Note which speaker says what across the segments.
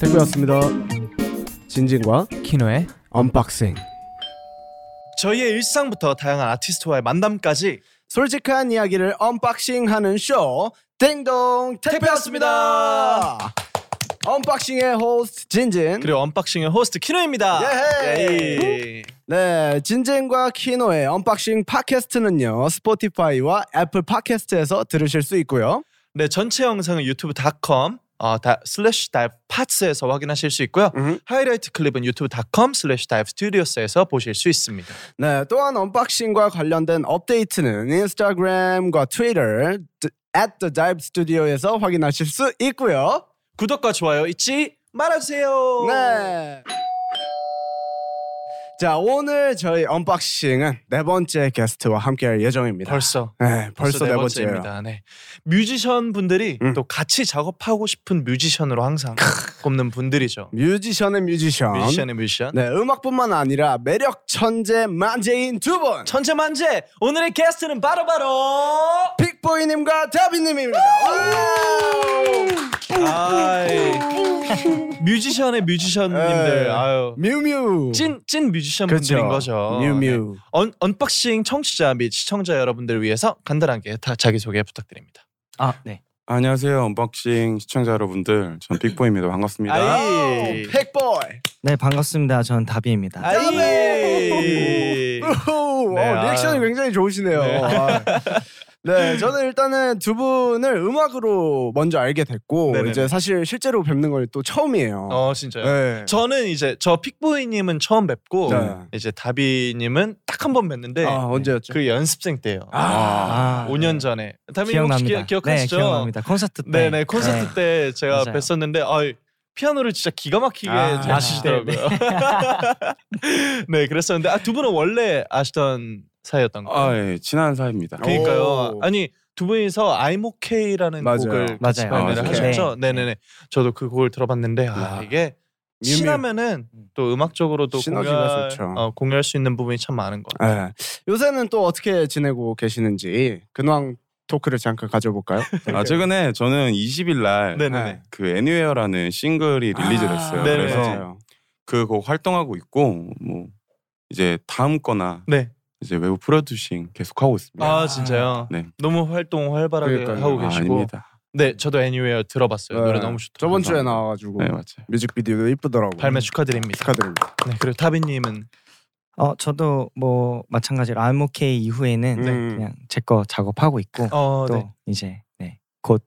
Speaker 1: 택배였습니다. 진진과
Speaker 2: 키노의
Speaker 1: 언박싱.
Speaker 3: 저희의 일상부터 다양한 아티스트와의 만남까지
Speaker 1: 솔직한 이야기를 언박싱하는 쇼 땡동 택배였습니다. 언박싱의 호스트 진진.
Speaker 3: 그리고 언박싱의 호스트 키노입니다.
Speaker 1: 예헤이.
Speaker 3: 예이.
Speaker 1: 네, 진진과 키노의 언박싱 팟캐스트는요. 스포티파이와 애플 팟캐스트에서 들으실 수 있고요.
Speaker 3: 네 전체 영상은 유튜브닷컴 어, 다, 슬래시 다이브 파츠에서 확인하실 수 있고요. 하이라이트 클립은 유튜브닷컴 슬래시 다이브 스튜디오스에서 보실 수 있습니다.
Speaker 1: 네, 또한 언박싱과 관련된 업데이트는 인스타그램과 트위터 at the dive studio에서 확인하실 수 있고요.
Speaker 3: 구독과 좋아요 잊지 말아주세요.
Speaker 1: 네. 자, 오늘 저희 언박싱은 네 번째 게스트와 함께할 예정입니다.
Speaker 3: 벌써
Speaker 1: 네, 벌써, 네 번째예요.
Speaker 3: 번째입니다. 네. 뮤지션 분들이
Speaker 1: 음.
Speaker 3: 또 같이 작업하고 싶은 뮤지션으로 항상 꼽는
Speaker 1: 음.
Speaker 3: 분들이죠.
Speaker 1: 뮤지션의 뮤지션.
Speaker 3: 뮤지션의 뮤지션.
Speaker 1: 네, 음악뿐만 아니라 매력 천재 만재인 두 분.
Speaker 3: 천재만재 오늘의 게스트는 바로바로
Speaker 1: 픽보이님과 다비님입니다.
Speaker 3: 아이. 뮤지션의 뮤지션님들
Speaker 1: 네.
Speaker 3: 아유
Speaker 2: 음.
Speaker 1: 뮤뮤. 그렇죠.
Speaker 3: 찐, 찐 뮤지션
Speaker 2: 그렇죠.
Speaker 3: 분들인 거죠 네.
Speaker 1: 뮤뮤.
Speaker 3: 언, 언박싱 청취자 및 시청자 여러분들을 위해서 간단하게 다 자기소개 부탁드립니다
Speaker 2: 아 네.
Speaker 4: 안녕하세요 언박싱 시청자 여러분들 전 빅보입니다 반갑습니다
Speaker 3: 네. 아이
Speaker 1: 픽보이.
Speaker 2: 네 반갑습니다. 전 다비입니다.
Speaker 3: 아이
Speaker 1: 오,
Speaker 3: 네,
Speaker 1: 어, 리액션이
Speaker 3: 아유.
Speaker 1: 굉장히 좋으시네요.
Speaker 3: 네.
Speaker 1: 아. 네, 저는 일단은 두 분을 음악으로 먼저 알게 됐고
Speaker 3: 네네네.
Speaker 1: 이제 사실 실제로 뵙는 건 또 처음이에요.
Speaker 3: 어 진짜요
Speaker 1: 네.
Speaker 3: 저는 이제 저 픽보이님은 처음 뵙고
Speaker 1: 네.
Speaker 3: 이제 다비님은 딱 한 번 뵀는데
Speaker 1: 아, 언제였죠?
Speaker 3: 그 연습생 때요
Speaker 2: 아,
Speaker 4: 아,
Speaker 3: 5년 전에 다비님 혹시 기,
Speaker 2: 기억납니다.
Speaker 3: 기억하시죠?
Speaker 2: 네, 기억납니다. 콘서트 때.
Speaker 3: 네네 콘서트
Speaker 2: 네.
Speaker 3: 때 제가
Speaker 2: 맞아요.
Speaker 3: 뵀었는데 아 피아노를 진짜 기가 막히게
Speaker 4: 아,
Speaker 3: 잘 치시더라고요. 네 그랬었는데 아 두 분은 원래 아시던 사이였던 거예요.
Speaker 4: 아, 예, 친한 사이입니다
Speaker 3: 그러니까요.
Speaker 1: 오.
Speaker 3: 아니 두 분이서 I'm OK라는
Speaker 1: 맞아요.
Speaker 3: 곡을 같이
Speaker 2: 맞아요.
Speaker 3: 발매를
Speaker 4: 맞아요.
Speaker 3: 하셨죠.
Speaker 2: 네.
Speaker 3: 네네네. 저도 그 곡을 들어봤는데 아
Speaker 1: 와.
Speaker 3: 이게
Speaker 1: 뮤뮤.
Speaker 3: 친하면은 또 음악적으로도
Speaker 1: 시너지가
Speaker 3: 공유할,
Speaker 1: 좋죠.
Speaker 3: 어, 공유할 수 있는 부분이 참 많은 것 같아요.
Speaker 1: 네. 요새는 또 어떻게 지내고 계시는지 근황 토크를 잠깐 가져볼까요?
Speaker 4: 아, 최근에 저는 20일 날그
Speaker 3: 네네네.
Speaker 4: 애니웨어라는 싱글이 릴리즈됐어요
Speaker 1: 아,
Speaker 3: 네네.
Speaker 4: 그래서
Speaker 1: 맞아요.
Speaker 4: 그 곡 활동하고 있고 뭐 이제 다음 거나
Speaker 3: 네.
Speaker 4: 이제 외부 프로듀싱 계속하고 있습니다
Speaker 3: 아 진짜요.
Speaker 4: 네.
Speaker 3: 너무 활동 활발하게
Speaker 1: 그러니까요.
Speaker 3: 하고
Speaker 4: 아,
Speaker 3: 계시고.
Speaker 4: 아닙니다
Speaker 3: 네, 저도 애니웨어 들어봤어요.
Speaker 1: 네.
Speaker 3: 노래 너무 좋더라고요.
Speaker 1: 저번 주에 나와가지고
Speaker 4: 네 맞아요
Speaker 1: 뮤직비디오도 이쁘더라고.
Speaker 3: 발매 축하드립니다.
Speaker 1: 축하드립니다.
Speaker 3: 네, 그리고 타비님은
Speaker 2: 어 저도 뭐 마찬가지로 I'm OK 이후에는
Speaker 1: 네.
Speaker 2: 그냥 제 거 작업하고 있고
Speaker 3: 어,
Speaker 2: 또
Speaker 3: 네.
Speaker 2: 이제 네, 곧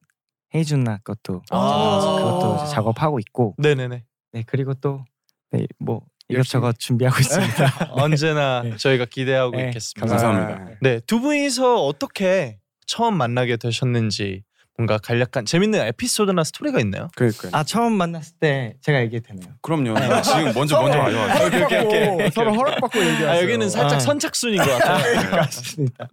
Speaker 2: 헤이준나 것도
Speaker 3: 아.
Speaker 2: 그것도 이제 작업하고 있고
Speaker 3: 네네네.
Speaker 2: 네 그리고 또뭐 네, 뭐
Speaker 1: 열심히.
Speaker 2: 이것저것 준비하고 있습니다.
Speaker 3: 언제나
Speaker 2: 네.
Speaker 3: 저희가 기대하고
Speaker 2: 네,
Speaker 3: 있겠습니다.
Speaker 4: 감사합니다.
Speaker 3: 네, 두 분이서 어떻게 처음 만나게 되셨는지 뭔가 간략한 재밌는 에피소드나 스토리가 있나요?
Speaker 1: 그러니까.
Speaker 2: 아 처음 만났을 때 제가 얘기해도 되나요?
Speaker 4: 그럼요 지금 먼저
Speaker 3: 네.
Speaker 4: 먼저 와요
Speaker 1: 허락받고
Speaker 3: 오케이,
Speaker 1: 서로
Speaker 3: 오케이.
Speaker 1: 허락받고 얘기하세요.
Speaker 3: 아 여기는 살짝
Speaker 2: 아.
Speaker 3: 선착순인 것 같아요.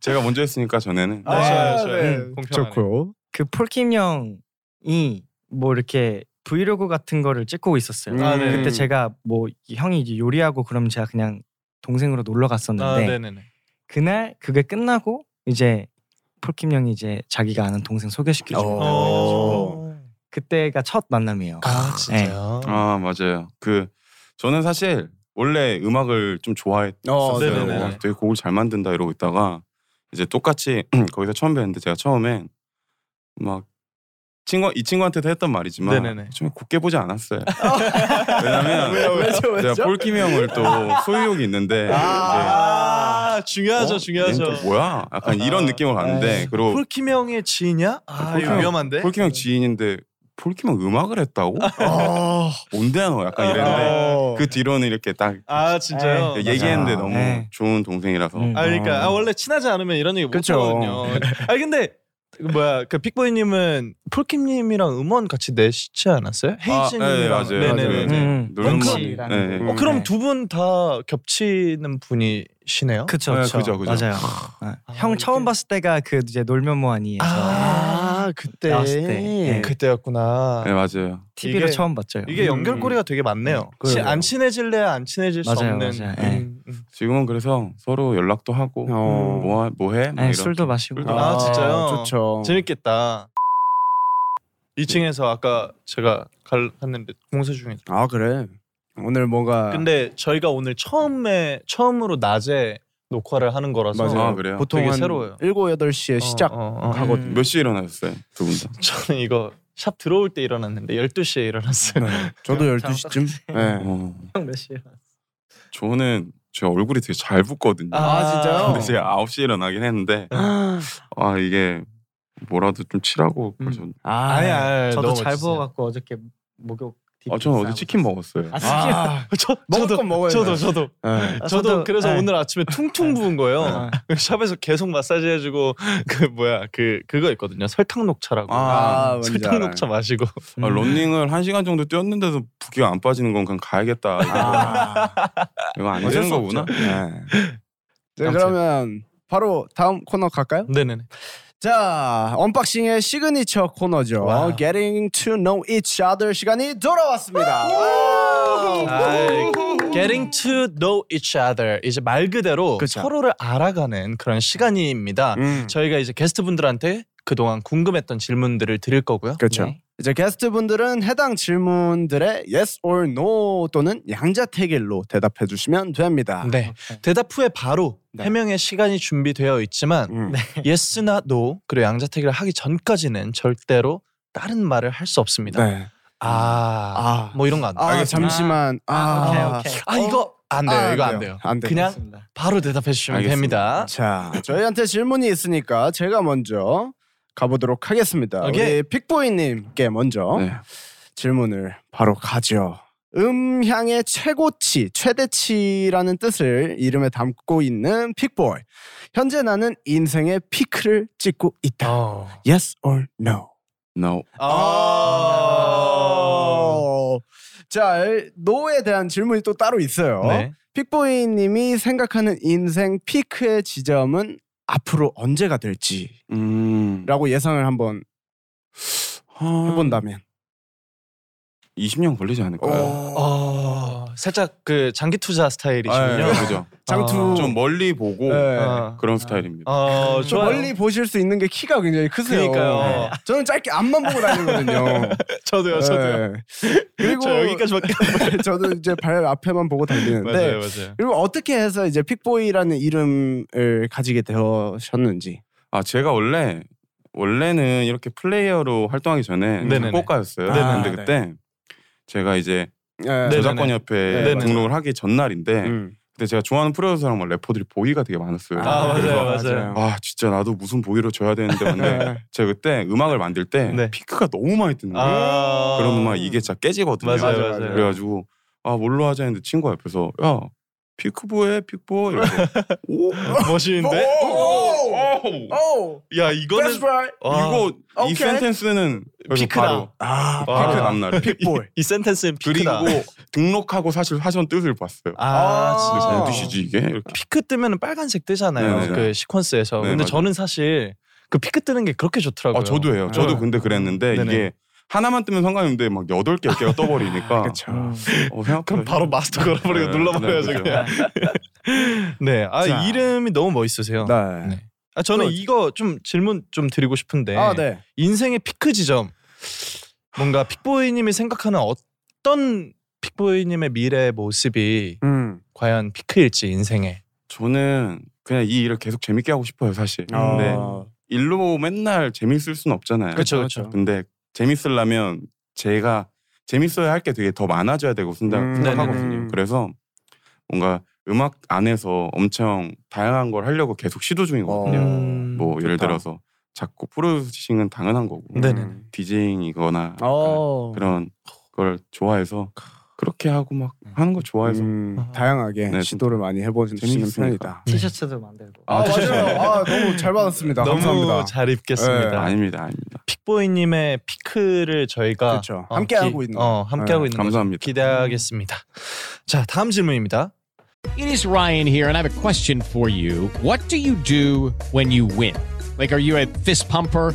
Speaker 4: 제가 먼저 했으니까 전에는
Speaker 3: 아, 좋아요, 좋아요.
Speaker 1: 네.
Speaker 3: 음, 공평하네.
Speaker 1: 좋고요.
Speaker 2: 그 폴킴 형이 뭐 이렇게 브이로그 같은 거를 찍고 있었어요.
Speaker 1: 음.
Speaker 3: 아, 네.
Speaker 2: 그때 제가 뭐 형이 이제 요리하고 그럼 제가 그냥 동생으로 놀러
Speaker 3: 아,
Speaker 2: 갔었는데
Speaker 3: 네네네.
Speaker 2: 그날 그게 끝나고 이제 폴킴 형이 이제 자기가 아는 동생 소개시켜주고
Speaker 1: 어.
Speaker 2: 그래가지고
Speaker 3: 오.
Speaker 2: 그때가 첫 만남이에요.
Speaker 3: 아
Speaker 2: 네.
Speaker 3: 진짜요?
Speaker 4: 아 맞아요. 그 저는 사실 원래 음악을 좀
Speaker 1: 어,
Speaker 4: 좋아했었어요.
Speaker 3: 네네네.
Speaker 4: 와, 되게 곡을 잘 만든다 이러고 있다가 이제 똑같이 거기서 처음 뵀는데 제가 처음엔 막 친구 이 친구한테도 했던 말이지만
Speaker 3: 네네네.
Speaker 4: 좀 곱게 보지 않았어요. 왜냐면
Speaker 1: 왜요? 왜죠? 왜죠?
Speaker 4: 제가 폴킴이 형을 또 소유욕이 있는데
Speaker 3: 아,
Speaker 4: 이제
Speaker 3: 중요하죠,
Speaker 4: 어?
Speaker 3: 중요하죠.
Speaker 4: 얘는 또 뭐야? 약간 이런
Speaker 3: 아,
Speaker 4: 느낌으로
Speaker 2: 아,
Speaker 4: 갔는데 그리고
Speaker 3: 폴킴 형의 지인이야? 아, 이거
Speaker 4: 폴킴-
Speaker 3: 위험한데.
Speaker 4: 폴킴 형 지인인데 폴킴은 음악을 했다고?
Speaker 1: 어.
Speaker 4: 온대노 약간
Speaker 3: 네,
Speaker 4: 이랬는데
Speaker 1: 어.
Speaker 4: 그 뒤로는 이렇게 딱
Speaker 3: 아 진짜요?
Speaker 2: 에이,
Speaker 4: 얘기했는데 너무
Speaker 2: 네.
Speaker 4: 좋은 동생이라서
Speaker 2: 음.
Speaker 3: 아 그러니까 아,
Speaker 4: 뭐.
Speaker 3: 원래 친하지 않으면 이런 얘기
Speaker 1: 그쵸.
Speaker 3: 못하거든요. 아 근데 그 뭐야 그 빅보이님은 폴킴님이랑 음원 같이 내시지 않았어요?
Speaker 4: 네,
Speaker 3: 헤이즈님이랑
Speaker 4: 맞아요.
Speaker 3: 네네네.
Speaker 4: 네, 네.
Speaker 2: 음.
Speaker 4: 놀면
Speaker 3: 뭐-
Speaker 2: 원컴이라는
Speaker 4: 네.
Speaker 3: 어,
Speaker 2: 거.
Speaker 3: 그럼
Speaker 2: 네.
Speaker 3: 두 분 다 겹치는 분이시네요.
Speaker 2: 그쵸,
Speaker 4: 네,
Speaker 2: 그쵸,
Speaker 4: 그죠, 그죠.
Speaker 2: 맞아요.
Speaker 3: 아,
Speaker 2: 아, 형 처음
Speaker 3: 이렇게.
Speaker 2: 봤을 때가 그 이제 놀면 뭐하니에서
Speaker 3: 아 그때 음,
Speaker 2: 나왔을 때. 네.
Speaker 3: 그때였구나.
Speaker 4: 네 맞아요.
Speaker 2: TV를
Speaker 3: 이게-
Speaker 2: 처음 봤죠.
Speaker 3: 이게 연결고리가 되게 많네요.
Speaker 2: 그래요.
Speaker 3: 치- 안 친해질래야 안 친해질 수
Speaker 2: 맞아요,
Speaker 3: 없는.
Speaker 2: 맞아요. 네.
Speaker 3: 음, 음.
Speaker 4: 지금은 그래서 서로 연락도 하고
Speaker 1: 어.
Speaker 4: 뭐뭐
Speaker 2: 아니,
Speaker 4: 해? 막 이런.
Speaker 2: 네, 술도 마시고
Speaker 4: 술도
Speaker 3: 아, 진짜요?
Speaker 1: 좋죠.
Speaker 3: 재밌겠다. 2층에서 아까 제가 갈, 갔는데 공사 중에
Speaker 1: 아 그래. 오늘 뭔가
Speaker 3: 근데 저희가 오늘 처음에 처음으로 낮에 녹화를 하는 거라서
Speaker 1: 맞아요.
Speaker 4: 아, 그래요?
Speaker 1: 보통
Speaker 3: 되게
Speaker 1: 한
Speaker 3: 새로워요.
Speaker 1: 7, 8시에
Speaker 3: 어,
Speaker 1: 시작.
Speaker 3: 어, 어.
Speaker 2: 음.
Speaker 1: 하거든요.
Speaker 4: 몇 시에 일어나셨어요 두 분 다?
Speaker 3: 저는 이거 샵 들어올 때 일어났는데 12시에 일어났어요.
Speaker 1: 네. 저도
Speaker 2: 그냥
Speaker 1: 12시쯤. 네.
Speaker 4: 어,
Speaker 2: 형몇 시에?
Speaker 4: 저는 제 얼굴이 되게 잘 붓거든요.
Speaker 1: 아, 진짜요?
Speaker 4: 근데 제가 9시에 일어나긴 했는데 아 이게 뭐라도 좀 치라고
Speaker 3: 음.
Speaker 4: 그래서
Speaker 1: 아,
Speaker 3: 아니 아니
Speaker 2: 저도
Speaker 3: 네, 너무
Speaker 2: 잘
Speaker 3: 멋있어요.
Speaker 2: 부어갖고 어저께 목욕.
Speaker 4: 아 저는 어제 치킨 먹었어요.
Speaker 2: 아, 치킨.
Speaker 1: 아,
Speaker 3: 저,
Speaker 1: 먹을
Speaker 3: 저도
Speaker 1: 건 먹어야 돼요.
Speaker 3: 저도 저도
Speaker 1: 네.
Speaker 2: 아,
Speaker 3: 저도,
Speaker 2: 저도-
Speaker 3: 그래서
Speaker 2: 네.
Speaker 3: 오늘 아침에 퉁퉁 부은 거예요. 그
Speaker 2: 아,
Speaker 3: 샵에서 계속 마사지 해주고 그 뭐야 그 그거 있거든요. 설탕 녹차라고.
Speaker 4: 아,
Speaker 1: 뭔지
Speaker 3: 설탕
Speaker 1: 알아요.
Speaker 3: 녹차 마시고.
Speaker 4: 아, 런닝을 한 시간 정도 뛰었는데도 부기가 안 빠지는 건 그냥 가야겠다.
Speaker 1: 아.
Speaker 4: 이거 안
Speaker 3: 어쩔
Speaker 4: 되는
Speaker 3: 수 없죠.
Speaker 4: 거구나. 네.
Speaker 1: 네,
Speaker 3: 아무튼.
Speaker 1: 그러면 바로 다음 코너 갈까요?
Speaker 3: 네네네.
Speaker 1: 자, 언박싱의 시그니처 코너죠.
Speaker 3: 와우.
Speaker 1: Getting to know each other 시간이 돌아왔습니다. 와우.
Speaker 3: 아이, Getting to know each other 이제 말 그대로
Speaker 1: 그쵸.
Speaker 3: 서로를 알아가는 그런 시간입니다.
Speaker 1: 음.
Speaker 3: 저희가 이제 게스트분들한테 그동안 궁금했던 질문들을 드릴 거고요.
Speaker 1: 그렇죠.
Speaker 2: 네.
Speaker 1: 이제 게스트분들은 해당 질문들의 yes or no 또는 양자택일로 대답해 주시면 됩니다.
Speaker 3: 네. 대답 후에 바로
Speaker 1: 네.
Speaker 3: 해명의 시간이 준비되어 있지만 네.
Speaker 1: 음.
Speaker 3: yes나 no 그리고 양자택일을 하기 전까지는 절대로 다른 말을 할 수 없습니다.
Speaker 1: 네.
Speaker 3: 아,
Speaker 1: 아,
Speaker 3: 뭐 이런 거 안 돼.
Speaker 1: 아, 잠시만. 아,
Speaker 2: 오케이 오케이.
Speaker 3: 아 이거 안 돼요.
Speaker 1: 아,
Speaker 3: 이거 안 돼요. 네,
Speaker 1: 안 돼요.
Speaker 3: 그냥
Speaker 2: 알겠습니다.
Speaker 3: 바로 대답해 주시면
Speaker 4: 알겠습니다.
Speaker 3: 됩니다.
Speaker 1: 자, 아, 저희한테 질문이 있으니까 제가 먼저 가보도록 하겠습니다.
Speaker 3: 오케이.
Speaker 1: 우리 픽보이님께 먼저
Speaker 4: 네.
Speaker 1: 질문을 바로 가죠. 음향의 최고치, 최대치라는 뜻을 이름에 담고 있는 픽보이. 현재 나는 인생의 피크를 찍고 있다.
Speaker 3: 어.
Speaker 1: Yes or no?
Speaker 4: No.
Speaker 3: 아.
Speaker 1: 자, 노에 대한 질문이 또 따로 있어요.
Speaker 3: 네.
Speaker 1: 픽보이님이 생각하는 인생 피크의 지점은 앞으로 언제가 될지라고
Speaker 4: 음.
Speaker 1: 예상을 한번 해본다면.
Speaker 4: 20년
Speaker 3: 음.
Speaker 4: 걸리지
Speaker 1: 어.
Speaker 4: 않을까요?
Speaker 3: 어, 살짝 그 장기 투자 스타일이시군요.
Speaker 4: 아, 예, 그죠.
Speaker 1: 장투
Speaker 4: 좀 멀리 보고
Speaker 1: 네.
Speaker 3: 어,
Speaker 4: 그런 스타일입니다.
Speaker 3: 어,
Speaker 1: 좀
Speaker 3: 좋아요.
Speaker 1: 멀리 보실 수 있는 게 키가 굉장히 크세요.
Speaker 3: 그러니까요.
Speaker 1: 네. 저는 짧게 앞만 보고 다니거든요.
Speaker 3: 저도요, 저도요.
Speaker 1: 네. 그리고
Speaker 3: 저 여기까지밖에 안 보여요.
Speaker 1: 저도 이제 발 앞에만 보고 다니는데
Speaker 3: 맞아요, 맞아요.
Speaker 1: 그리고 어떻게 해서 이제 픽보이라는 이름을 가지게 되셨는지.
Speaker 4: 아 제가 원래 원래는 이렇게 플레이어로 활동하기 전에
Speaker 3: 네네네.
Speaker 4: 작곡가였어요.
Speaker 1: 아,
Speaker 4: 근데
Speaker 1: 네.
Speaker 4: 그때 제가 이제
Speaker 1: 네.
Speaker 3: 네네네.
Speaker 4: 저작권 협회에
Speaker 1: 네네네.
Speaker 4: 등록을 하기 전날인데
Speaker 1: 음.
Speaker 4: 그때 제가 좋아하는 프로듀서랑 막 래퍼들이 보이가 되게 많았어요.
Speaker 3: 아, 맞아요,
Speaker 4: 그래서
Speaker 3: 맞아요.
Speaker 4: 아 진짜 나도 무슨 보이로 줘야 되는데
Speaker 1: 네.
Speaker 4: 근데 제가 그때 음악을 만들 때
Speaker 3: 네.
Speaker 4: 피크가 너무 많이 뜨는 거예요.
Speaker 3: 아,
Speaker 4: 음, 그러면 막 이게 진짜 깨지거든요.
Speaker 3: 맞아요,
Speaker 1: 맞아요,
Speaker 3: 맞아요.
Speaker 4: 그래가지고 아 뭘로 하자 했는데 친구가 옆에서 야 피크보해 피크보 이러고 오
Speaker 3: 어,
Speaker 4: 어?
Speaker 3: 멋있는데?
Speaker 1: 오!
Speaker 4: 오!
Speaker 1: 오,
Speaker 3: 야, 이거는
Speaker 1: that's right.
Speaker 3: 와,
Speaker 4: 이거 이
Speaker 1: 오케이.
Speaker 4: 센텐스는 그래서
Speaker 3: 피크다.
Speaker 4: 바로
Speaker 1: 아,
Speaker 3: 와.
Speaker 4: 피크 남날
Speaker 1: 픽보이.
Speaker 3: 이 센텐스는 피크다.
Speaker 4: 그리고 등록하고 사실 하던 뜻을 봤어요.
Speaker 3: 아,
Speaker 1: 아,
Speaker 3: 진짜
Speaker 1: 아.
Speaker 4: 무슨 뜻이지 이게? 이렇게.
Speaker 3: 피크 뜨면 빨간색 뜨잖아요.
Speaker 4: 네, 네,
Speaker 3: 그
Speaker 4: 네.
Speaker 3: 시퀀스에서.
Speaker 4: 네,
Speaker 3: 근데
Speaker 4: 맞아요.
Speaker 3: 저는 사실 그 피크 뜨는 게 그렇게 좋더라고요.
Speaker 4: 아 저도 해요. 저도
Speaker 3: 네.
Speaker 4: 근데 그랬는데
Speaker 3: 네네.
Speaker 4: 이게 하나만 뜨면 성감인데 막 여덟 개, 개가 떠버리니까
Speaker 1: 그렇죠.
Speaker 2: 음.
Speaker 4: 어, 생각보다
Speaker 3: 그럼 바로 마스터 걸어버리고
Speaker 4: 네,
Speaker 3: 눌러버려야죠
Speaker 4: 네, 그죠.
Speaker 3: 그냥. 네, 아
Speaker 1: 자.
Speaker 3: 이름이 너무 멋있으세요.
Speaker 1: 네.
Speaker 3: 네. 아 저는
Speaker 1: 또-
Speaker 3: 이거 좀 질문 좀 드리고 싶은데
Speaker 1: 아, 네.
Speaker 3: 인생의 피크 지점 뭔가 픽보이님이 생각하는 어떤 픽보이님의 미래의 모습이
Speaker 1: 음.
Speaker 3: 과연 피크일지 인생에
Speaker 4: 저는 그냥 이 일을 계속 재밌게 하고 싶어요 사실.
Speaker 1: 아.
Speaker 4: 근데 일로 맨날 재밌을 순 없잖아요.
Speaker 3: 그쵸, 그쵸.
Speaker 4: 근데 재밌으려면 제가 재밌어야 할 게 되게 더 많아져야 되고 생각,
Speaker 1: 음.
Speaker 4: 생각하거든요.
Speaker 1: 네네네.
Speaker 4: 그래서 뭔가 음악 안에서 엄청 다양한 걸 하려고 계속 시도 중이거든요.
Speaker 1: 어.
Speaker 2: 음.
Speaker 4: 뭐 예를
Speaker 1: 좋다.
Speaker 4: 들어서 작고 프로듀싱은 당연한 거고
Speaker 3: 네. 네네네.
Speaker 1: 음.
Speaker 4: 디제잉이거나
Speaker 1: 어.
Speaker 4: 그런 걸 좋아해서 그렇게 하고 막 하는 거 좋아해서
Speaker 1: 음,
Speaker 3: 아.
Speaker 1: 다양하게
Speaker 4: 네,
Speaker 1: 시도를 많이 해보시는
Speaker 4: 재밌으니까.
Speaker 1: 편이다.
Speaker 2: 티셔츠도 만들고.
Speaker 4: 아,
Speaker 1: 네. 맞아요. 아, 너무 잘 받았습니다.
Speaker 3: 너무
Speaker 1: 감사합니다. 네.
Speaker 3: 잘 입겠습니다.
Speaker 4: 아닙니다, 아닙니다.
Speaker 3: 픽보이님의 피크를 저희가
Speaker 1: 그렇죠. 함께하고 있는
Speaker 3: 어, 함께하고
Speaker 1: 네,
Speaker 3: 있는 거죠.
Speaker 4: 감사합니다.
Speaker 3: 기대하겠습니다. 자 다음 질문입니다.
Speaker 5: It is Ryan here, and I have a question for you. What do you do when you win? Like, are you a fist pumper?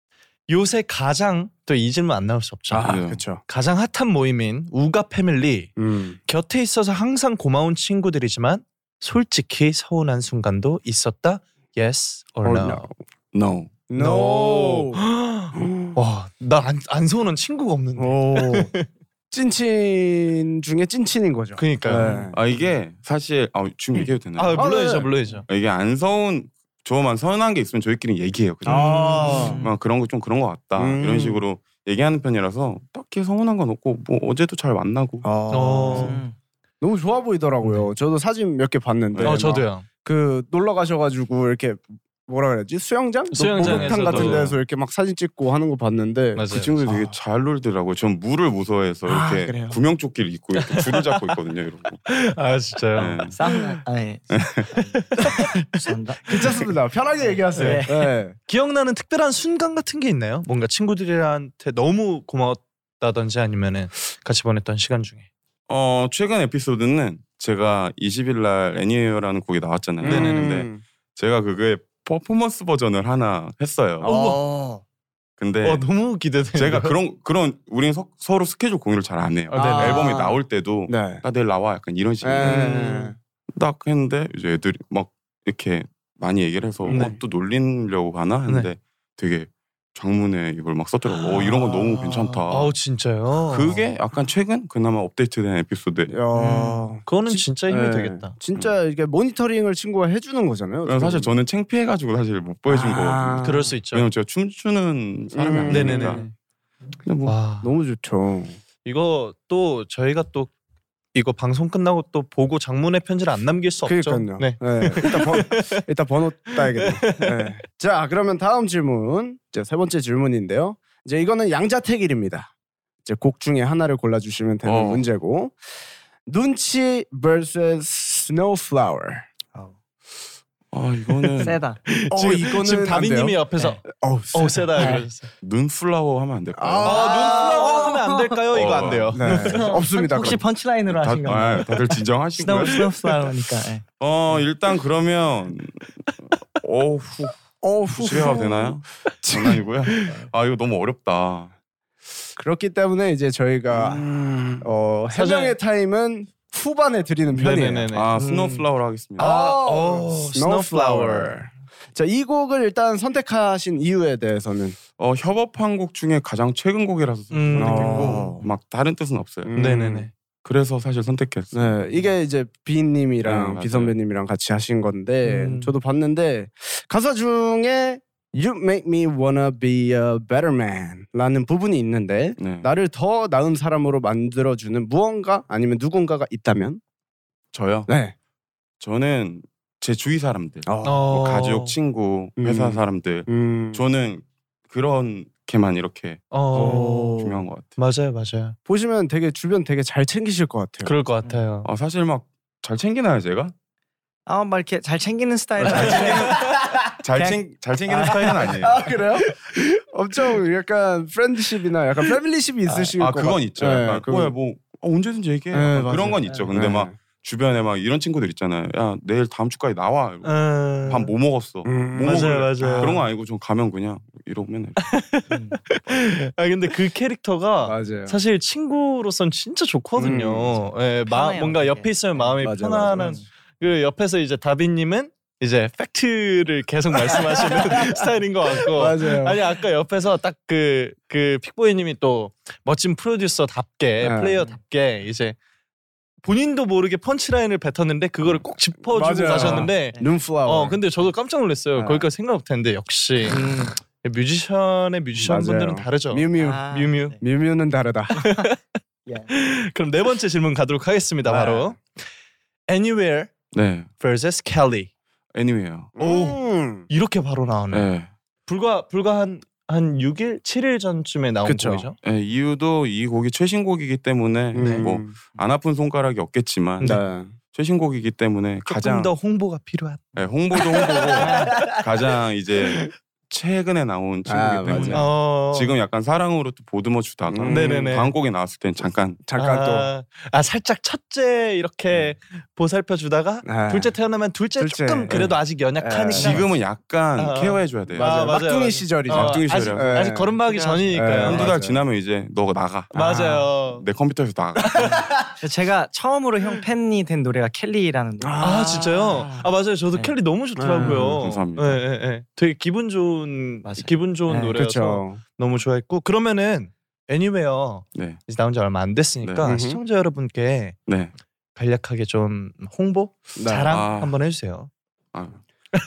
Speaker 3: 요새 가장 또 이 질문 안 나올 수 없죠.
Speaker 1: 아,
Speaker 4: 네.
Speaker 1: 그렇죠.
Speaker 3: 가장 핫한 모임인 우가 패밀리
Speaker 1: 음.
Speaker 3: 곁에 있어서 항상 고마운 친구들이지만 솔직히 서운한 순간도 있었다. Yes or
Speaker 1: Or
Speaker 3: no?
Speaker 4: No.
Speaker 1: 네. No.
Speaker 3: 와나안안 서운한 친구가 없는데.
Speaker 1: 오. 찐친 중에 찐친인 거죠.
Speaker 3: 그러니까요.
Speaker 1: 네.
Speaker 4: 아 이게 사실 아 지금 얘기해도 되나요?
Speaker 3: 아 물론이죠,
Speaker 1: 네.
Speaker 3: 물론이죠.
Speaker 4: 이게 안 서운 저만 서운한 게 있으면 저희끼리 얘기해요. 그냥
Speaker 1: 아.
Speaker 3: 음.
Speaker 4: 막 그런 거 좀 그런 거 같다
Speaker 1: 음.
Speaker 4: 이런 식으로 얘기하는 편이라서 딱히 서운한 건 없고 뭐 어제도 잘 만나고
Speaker 1: 아.
Speaker 3: 어.
Speaker 2: 음.
Speaker 1: 너무 좋아 보이더라고요. 저도 사진 몇 개 봤는데.
Speaker 3: 어
Speaker 1: 막
Speaker 3: 네. 저도요.
Speaker 1: 그 놀러 가셔가지고 이렇게 뭐라 그래야지 수영장,
Speaker 3: 수영장에서도. 네.
Speaker 1: 목욕탕 같은 데서 이렇게 막 사진 찍고 하는 거 봤는데
Speaker 3: 맞아요.
Speaker 4: 그 친구들 되게
Speaker 1: 아.
Speaker 4: 잘 놀더라고요. 전 물을 무서워해서
Speaker 1: 아,
Speaker 4: 이렇게
Speaker 1: 그래요?
Speaker 4: 구명조끼를 입고 이렇게 줄을 잡고 있거든요. 이러고.
Speaker 3: 아 진짜요.
Speaker 4: 네.
Speaker 2: 사우나. 아니. 예. 죄송합니다.
Speaker 1: 괜찮습니다. 편하게 얘기하세요.
Speaker 3: 네.
Speaker 1: 네.
Speaker 3: 기억나는 특별한 순간 같은 게 있나요? 뭔가 친구들한테 너무 고마웠다든지 아니면은 같이 보냈던 시간 중에.
Speaker 4: 어 최근 에피소드는 제가 20일 날 애니웨어라는 곡이 나왔잖아요.
Speaker 3: 네,
Speaker 4: 근데
Speaker 1: 음.
Speaker 4: 제가 그거의 퍼포먼스 버전을 하나 했어요.
Speaker 3: 우와.
Speaker 4: 근데
Speaker 3: 어 너무 기대돼.
Speaker 4: 아. 네. 제가 그런 그런 우리는 서, 로 스케줄 공유를 잘 안 해요.
Speaker 3: 아, 네네.
Speaker 4: 앨범이 나올 때도
Speaker 1: 네.
Speaker 4: 나 내일 나와 약간 이런 식으로
Speaker 3: 음.
Speaker 1: 네.
Speaker 4: 딱 했는데 이제 애들이 막 이렇게 많이 얘기를 해서
Speaker 1: 네.
Speaker 4: 어, 또 놀리려고 하나 했는데
Speaker 3: 네.
Speaker 4: 되게 장문에 이걸 막 썼더라고. 어, 이런 거 너무 괜찮다.
Speaker 3: 아우 진짜요.
Speaker 4: 그게 약간 최근 그나마 업데이트된 에피소드.
Speaker 1: 야.
Speaker 3: 그거는
Speaker 1: 지-
Speaker 3: 진짜 음. 힘이
Speaker 1: 네.
Speaker 3: 되겠다. 음. 네,
Speaker 1: 진짜 이게 모니터링을 친구가 해주는 거잖아요.
Speaker 4: 사실 저는 창피해가지고 사실 못 보여준
Speaker 1: 아.
Speaker 4: 거거든요.
Speaker 3: 그럴 수 있죠.
Speaker 4: 왜냐면 제가 춤추는 사람이
Speaker 1: 음,
Speaker 4: 아니니까.
Speaker 3: 네네네. 아.
Speaker 4: 근데 뭐
Speaker 3: 와
Speaker 1: 너무 좋죠.
Speaker 3: 이거 또 저희가 또 이거 방송 끝나고 또 보고 장문의 편지를 안 남길 수 없죠.
Speaker 1: 그러니까요.
Speaker 3: 네.
Speaker 1: 일단, 번, 일단 번호 따야겠네. 네. 자, 그러면 다음 질문. 이제 세 번째 질문인데요. 이제 이거는 양자택일입니다. 이제 곡 중에 하나를 골라주시면 되는
Speaker 4: 어.
Speaker 1: 문제고. 눈치 vs snowflower.
Speaker 2: 아우.
Speaker 4: 아 이거는
Speaker 3: 네.
Speaker 2: 세다.
Speaker 1: 어,
Speaker 3: 지금,
Speaker 1: 이거는
Speaker 3: 지금
Speaker 1: 안 돼요?
Speaker 3: 다비님이 옆에서
Speaker 2: 네.
Speaker 1: 어우,
Speaker 3: 어
Speaker 1: 세-
Speaker 3: 세다.
Speaker 1: 네.
Speaker 3: 이러셨어요.
Speaker 4: 눈플라워 하면 안 될까요?
Speaker 3: 아, 눈플라워 하면 안 될까요? 이거 안 돼요.
Speaker 2: 음.
Speaker 1: 네. 없습니다.
Speaker 2: 혹시
Speaker 1: 그럼.
Speaker 2: 펀치라인으로
Speaker 4: 다,
Speaker 2: 하신 건가요?
Speaker 4: 아, 다들 진정하시고요.
Speaker 2: 스노우 스노우 스노우니까. 예.
Speaker 4: 어 일단 그러면 어후
Speaker 1: 어우,
Speaker 4: 시계가 되나요? 장난이고요. 아 이거 너무 어렵다.
Speaker 1: 그렇기 때문에 이제 저희가
Speaker 3: 음.
Speaker 1: 어, 해명의 타임은 후반에 드리는 편이에요.
Speaker 3: 네네네네.
Speaker 4: 아 스노우플라워로 하겠습니다.
Speaker 3: 아,
Speaker 1: 어,
Speaker 3: 오,
Speaker 1: 스노우플라워. 자, 이 곡을 일단 선택하신 이유에 대해서는
Speaker 4: 어 협업한 곡 중에 가장 최근 곡이라서
Speaker 3: 음.
Speaker 4: 선택했고 막 다른 뜻은 없어요.
Speaker 1: 음.
Speaker 3: 네네네.
Speaker 4: 그래서 사실 선택했어요.
Speaker 1: 네, 이게 이제
Speaker 4: 네,
Speaker 1: 비님이랑
Speaker 4: 맞아요.
Speaker 1: 비선배님이랑 같이 하신 건데
Speaker 3: 음.
Speaker 1: 저도 봤는데 가사 중에 You make me wanna be a better man 라는 부분이 있는데
Speaker 4: 네.
Speaker 1: 나를 더 나은 사람으로 만들어주는 무언가 아니면 누군가가 있다면
Speaker 4: 저요.
Speaker 1: 네.
Speaker 4: 저는 제 주위 사람들,
Speaker 3: 어.
Speaker 4: 뭐 가족, 친구, 회사
Speaker 1: 음.
Speaker 4: 사람들.
Speaker 1: 음.
Speaker 4: 저는 그렇게만 이렇게
Speaker 3: 어.
Speaker 4: 중요한 것
Speaker 3: 맞아요,
Speaker 4: 같아요.
Speaker 3: 맞아요.
Speaker 1: 보시면 되게 주변 되게 잘 챙기실 것 같아요.
Speaker 3: 그럴 것 같아요.
Speaker 4: 아 사실 막 잘 챙기나요 제가?
Speaker 2: 아, 막 이렇게 잘 챙기는 스타일.
Speaker 4: 잘
Speaker 2: 그냥-
Speaker 4: 챙 잘 챙기는 스타일은 아니에요.
Speaker 1: 아 그래요? 엄청 약간 프렌드십이나 약간 패밀리십이 있으실
Speaker 4: 아
Speaker 1: 것
Speaker 4: 그건
Speaker 1: 같-
Speaker 4: 있죠.
Speaker 1: 네,
Speaker 4: 약간
Speaker 1: 그건-
Speaker 4: 뭐야, 뭐 어, 언제든지 얘기해.
Speaker 1: 네,
Speaker 4: 약간
Speaker 1: 맞아요.
Speaker 4: 그런 건 있죠. 근데
Speaker 1: 네.
Speaker 4: 막 주변에 막 이런 친구들 있잖아요. 야 내일 다음 주까지 나와.
Speaker 3: 음.
Speaker 4: 밥 뭐 먹었어.
Speaker 1: 음.
Speaker 4: 뭐
Speaker 3: 맞아요,
Speaker 4: 먹을래?
Speaker 3: 맞아요.
Speaker 4: 그런 거 아니고 좀 가면 그냥 이러고 맨날.
Speaker 3: 아 근데 그 캐릭터가
Speaker 1: 맞아요.
Speaker 3: 사실 친구로선 진짜 좋거든요. 예, 마,
Speaker 2: 편해요,
Speaker 3: 뭔가
Speaker 2: 되게.
Speaker 3: 옆에 있으면 마음이
Speaker 1: 음. 맞아,
Speaker 3: 편안한.
Speaker 1: 맞아, 맞아.
Speaker 3: 그 옆에서 이제 다비님은 이제 팩트를 계속 말씀하시는 스타일인 것 같고
Speaker 1: 맞아요.
Speaker 3: 뭐 아니 아까 옆에서 딱 그 그 픽보이님이 또 멋진 프로듀서답게
Speaker 1: 네.
Speaker 3: 플레이어답게 이제 본인도 모르게 펀치라인을 뱉었는데 그거를 꼭 짚어주고
Speaker 1: 맞아요.
Speaker 3: 가셨는데
Speaker 1: 눈플라워.
Speaker 3: 어 근데 저도 깜짝 놀랐어요
Speaker 1: 네. 음.
Speaker 3: 거기까지 생각 못했는데 역시
Speaker 2: 음.
Speaker 3: 뮤지션의 뮤지션 분들은
Speaker 1: 맞아요.
Speaker 3: 다르죠
Speaker 1: 뮤뮤.
Speaker 2: 아,
Speaker 3: 뮤뮤.
Speaker 2: 네.
Speaker 1: 뮤뮤는 다르다.
Speaker 3: 그럼 네 번째 질문 가도록 하겠습니다
Speaker 1: 네.
Speaker 3: 바로 Anywhere
Speaker 4: 네.
Speaker 3: vs Kelly
Speaker 4: 애니웨이요.
Speaker 1: 음.
Speaker 3: 이렇게 바로 나오네 요
Speaker 4: 네.
Speaker 3: 불과 불과 한 한 6일 7일 전쯤에 나온
Speaker 1: 그쵸.
Speaker 3: 곡이죠
Speaker 4: 네, 이유도 이 곡이 최신곡이기 때문에
Speaker 3: 네,
Speaker 1: 음.
Speaker 4: 뭐 안 아픈 손가락이 없겠지만
Speaker 1: 네.
Speaker 4: 최신곡이기 때문에
Speaker 3: 조금
Speaker 4: 가장
Speaker 3: 더 홍보가 필요한
Speaker 4: 네, 홍보도
Speaker 1: 아.
Speaker 4: 홍보고 가장 이제 최근에 나온 친구기
Speaker 1: 아,
Speaker 4: 때문에
Speaker 1: 맞아요.
Speaker 3: 어...
Speaker 4: 지금 약간 사랑으로 또 보듬어 주다가
Speaker 1: 음.
Speaker 3: 네네네.
Speaker 4: 다음 곡에 나왔을 땐 잠깐
Speaker 1: 잠깐 또.
Speaker 3: 아, 아 살짝 첫째 이렇게 보살펴 주다가
Speaker 1: 네.
Speaker 3: 아, 둘째 태어나면 둘째,
Speaker 1: 둘째,
Speaker 3: 조금 그래도 아직 연약하니까
Speaker 1: 네.
Speaker 4: 지금은 약간
Speaker 3: 아, 아.
Speaker 4: 케어해 줘야 돼요.
Speaker 3: 맞아요.
Speaker 1: 막둥이
Speaker 3: 맞아요.
Speaker 1: 시절이죠.
Speaker 3: 어,
Speaker 4: 막둥이
Speaker 3: 아직,
Speaker 4: 시절이라서.
Speaker 3: 아직
Speaker 1: 네.
Speaker 3: 걸음마기
Speaker 1: 네.
Speaker 3: 전이니까요.
Speaker 4: 한두
Speaker 1: 맞아요. 아,
Speaker 4: 달 지나면 이제 너가 나가.
Speaker 3: 맞아요.
Speaker 4: 내 컴퓨터에서 나가.
Speaker 2: 제가 처음으로 형 팬이 된 노래가 켈리라는 노래.
Speaker 3: 아, 진짜요? 아 맞아요. 저도
Speaker 2: 네.
Speaker 3: 켈리 너무 좋더라고요.
Speaker 4: 네, 감사합니다.
Speaker 3: 네, 네, 네. 되게 기분 좋은
Speaker 2: 맞아요.
Speaker 3: 기분 좋은
Speaker 2: 네,
Speaker 3: 노래여서
Speaker 1: 그렇죠.
Speaker 3: 너무 좋아했고 그러면은 애니웨어
Speaker 4: 네.
Speaker 3: 이제 나온 지 얼마 안 됐으니까
Speaker 1: 네.
Speaker 3: 시청자 여러분께
Speaker 4: 네.
Speaker 3: 간략하게 좀 홍보 자랑
Speaker 4: 아.
Speaker 3: 한번 해주세요.
Speaker 4: 아.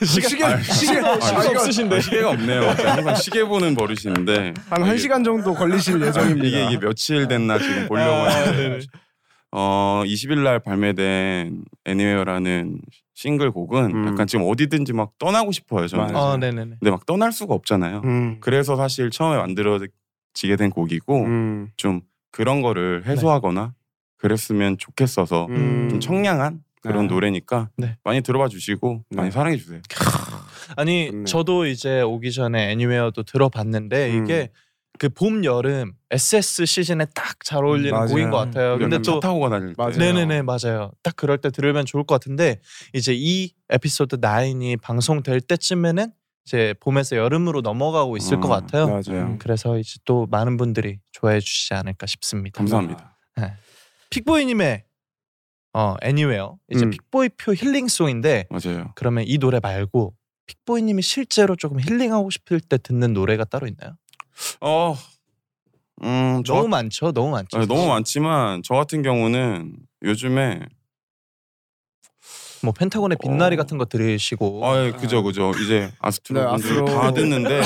Speaker 3: 시간
Speaker 1: 시계 시계
Speaker 4: 아,
Speaker 3: 시간
Speaker 4: 이거-
Speaker 3: 없으신데.
Speaker 4: 아, 시계가 없네요. 제가 항상 시계 보는 버릇인데 네,
Speaker 1: 한1 시간 정도 걸리실 예정입니다.
Speaker 4: 이게 이게 며칠 됐나 지금 보려고
Speaker 3: 아,
Speaker 4: 하는데
Speaker 3: 네네.
Speaker 4: 어 20일 날 발매된 애니웨어라는 싱글 곡은
Speaker 1: 음.
Speaker 4: 약간 지금 어디든지 막 떠나고 싶어요 저는.
Speaker 1: 맞아요.
Speaker 3: 어, 네네네.
Speaker 4: 근데 막 떠날 수가 없잖아요.
Speaker 1: 음.
Speaker 4: 그래서 사실 처음에 만들어지게 된 곡이고
Speaker 1: 음.
Speaker 4: 좀 그런
Speaker 3: 네.
Speaker 4: 거를 해소하거나 그랬으면 좋겠어서
Speaker 1: 음.
Speaker 4: 좀 청량한 그런
Speaker 1: 아.
Speaker 4: 노래니까
Speaker 3: 네.
Speaker 4: 많이 들어봐 주시고 많이
Speaker 1: 네.
Speaker 4: 사랑해 주세요.
Speaker 3: 아니
Speaker 1: 좋네요.
Speaker 3: 저도 이제 오기 전에 애니웨어도 들어봤는데
Speaker 1: 음.
Speaker 3: 이게 그 봄 여름 SS 시즌에 딱 잘 어울리는
Speaker 1: 맞아요.
Speaker 3: 곡인 것 같아요. 근데
Speaker 4: 약간 차
Speaker 3: 또
Speaker 4: 타고 가다닐 때.
Speaker 1: 맞아요.
Speaker 3: 네네네 맞아요. 딱 그럴 때 들으면 좋을 것 같은데 이제 이 에피소드 9이 방송될 때쯤에는 이제 봄에서 여름으로 넘어가고 있을
Speaker 4: 음,
Speaker 3: 것 같아요.
Speaker 1: 맞아요.
Speaker 3: 그래서 이제 또 많은 분들이 좋아해 주시지 않을까 싶습니다.
Speaker 4: 감사합니다.
Speaker 3: 픽보이님의 어 애니웨어 이제
Speaker 1: 음.
Speaker 3: 픽보이표 힐링송인데
Speaker 4: 맞아요.
Speaker 3: 그러면 이 노래 말고 픽보이님이 실제로 조금 힐링하고 싶을 때 듣는 노래가 따로 있나요?
Speaker 4: 어, 음, 저,
Speaker 3: 너무 많죠, 너무 많죠.
Speaker 4: 네, 너무 많지만 저 같은 경우는 요즘에
Speaker 3: 뭐 펜타곤의 빛나리
Speaker 4: 어.
Speaker 3: 같은 거 들으시고
Speaker 4: 아, 예, 그죠, 그죠. 이제
Speaker 1: 네,
Speaker 4: 아스트로 분들
Speaker 1: 아스트로.
Speaker 4: 다 듣는데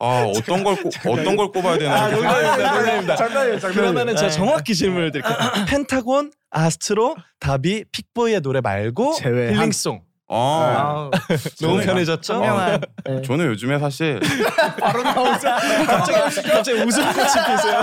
Speaker 4: 아 어떤 걸 꼽- 어떤 걸 꼽아야 되나
Speaker 3: 아,
Speaker 1: 네,
Speaker 3: 농담입니다, 농담입니다.
Speaker 1: 장난이에요,
Speaker 3: 그러면은 제가
Speaker 2: 네.
Speaker 3: 정확히 질문을 드릴게요.
Speaker 4: 아,
Speaker 3: 펜타곤, 아스트로, 다비, 픽보이의 노래 말고
Speaker 1: 제외한-
Speaker 3: 힐링송.
Speaker 4: 아,
Speaker 2: 아우,
Speaker 3: 너무
Speaker 4: 제외한-
Speaker 3: 편해졌죠? 어.
Speaker 4: 아.
Speaker 2: 현명한. 네.
Speaker 4: 저는 요즘에 사실
Speaker 3: 갑자기 갑자기 웃음꽃이 피세요.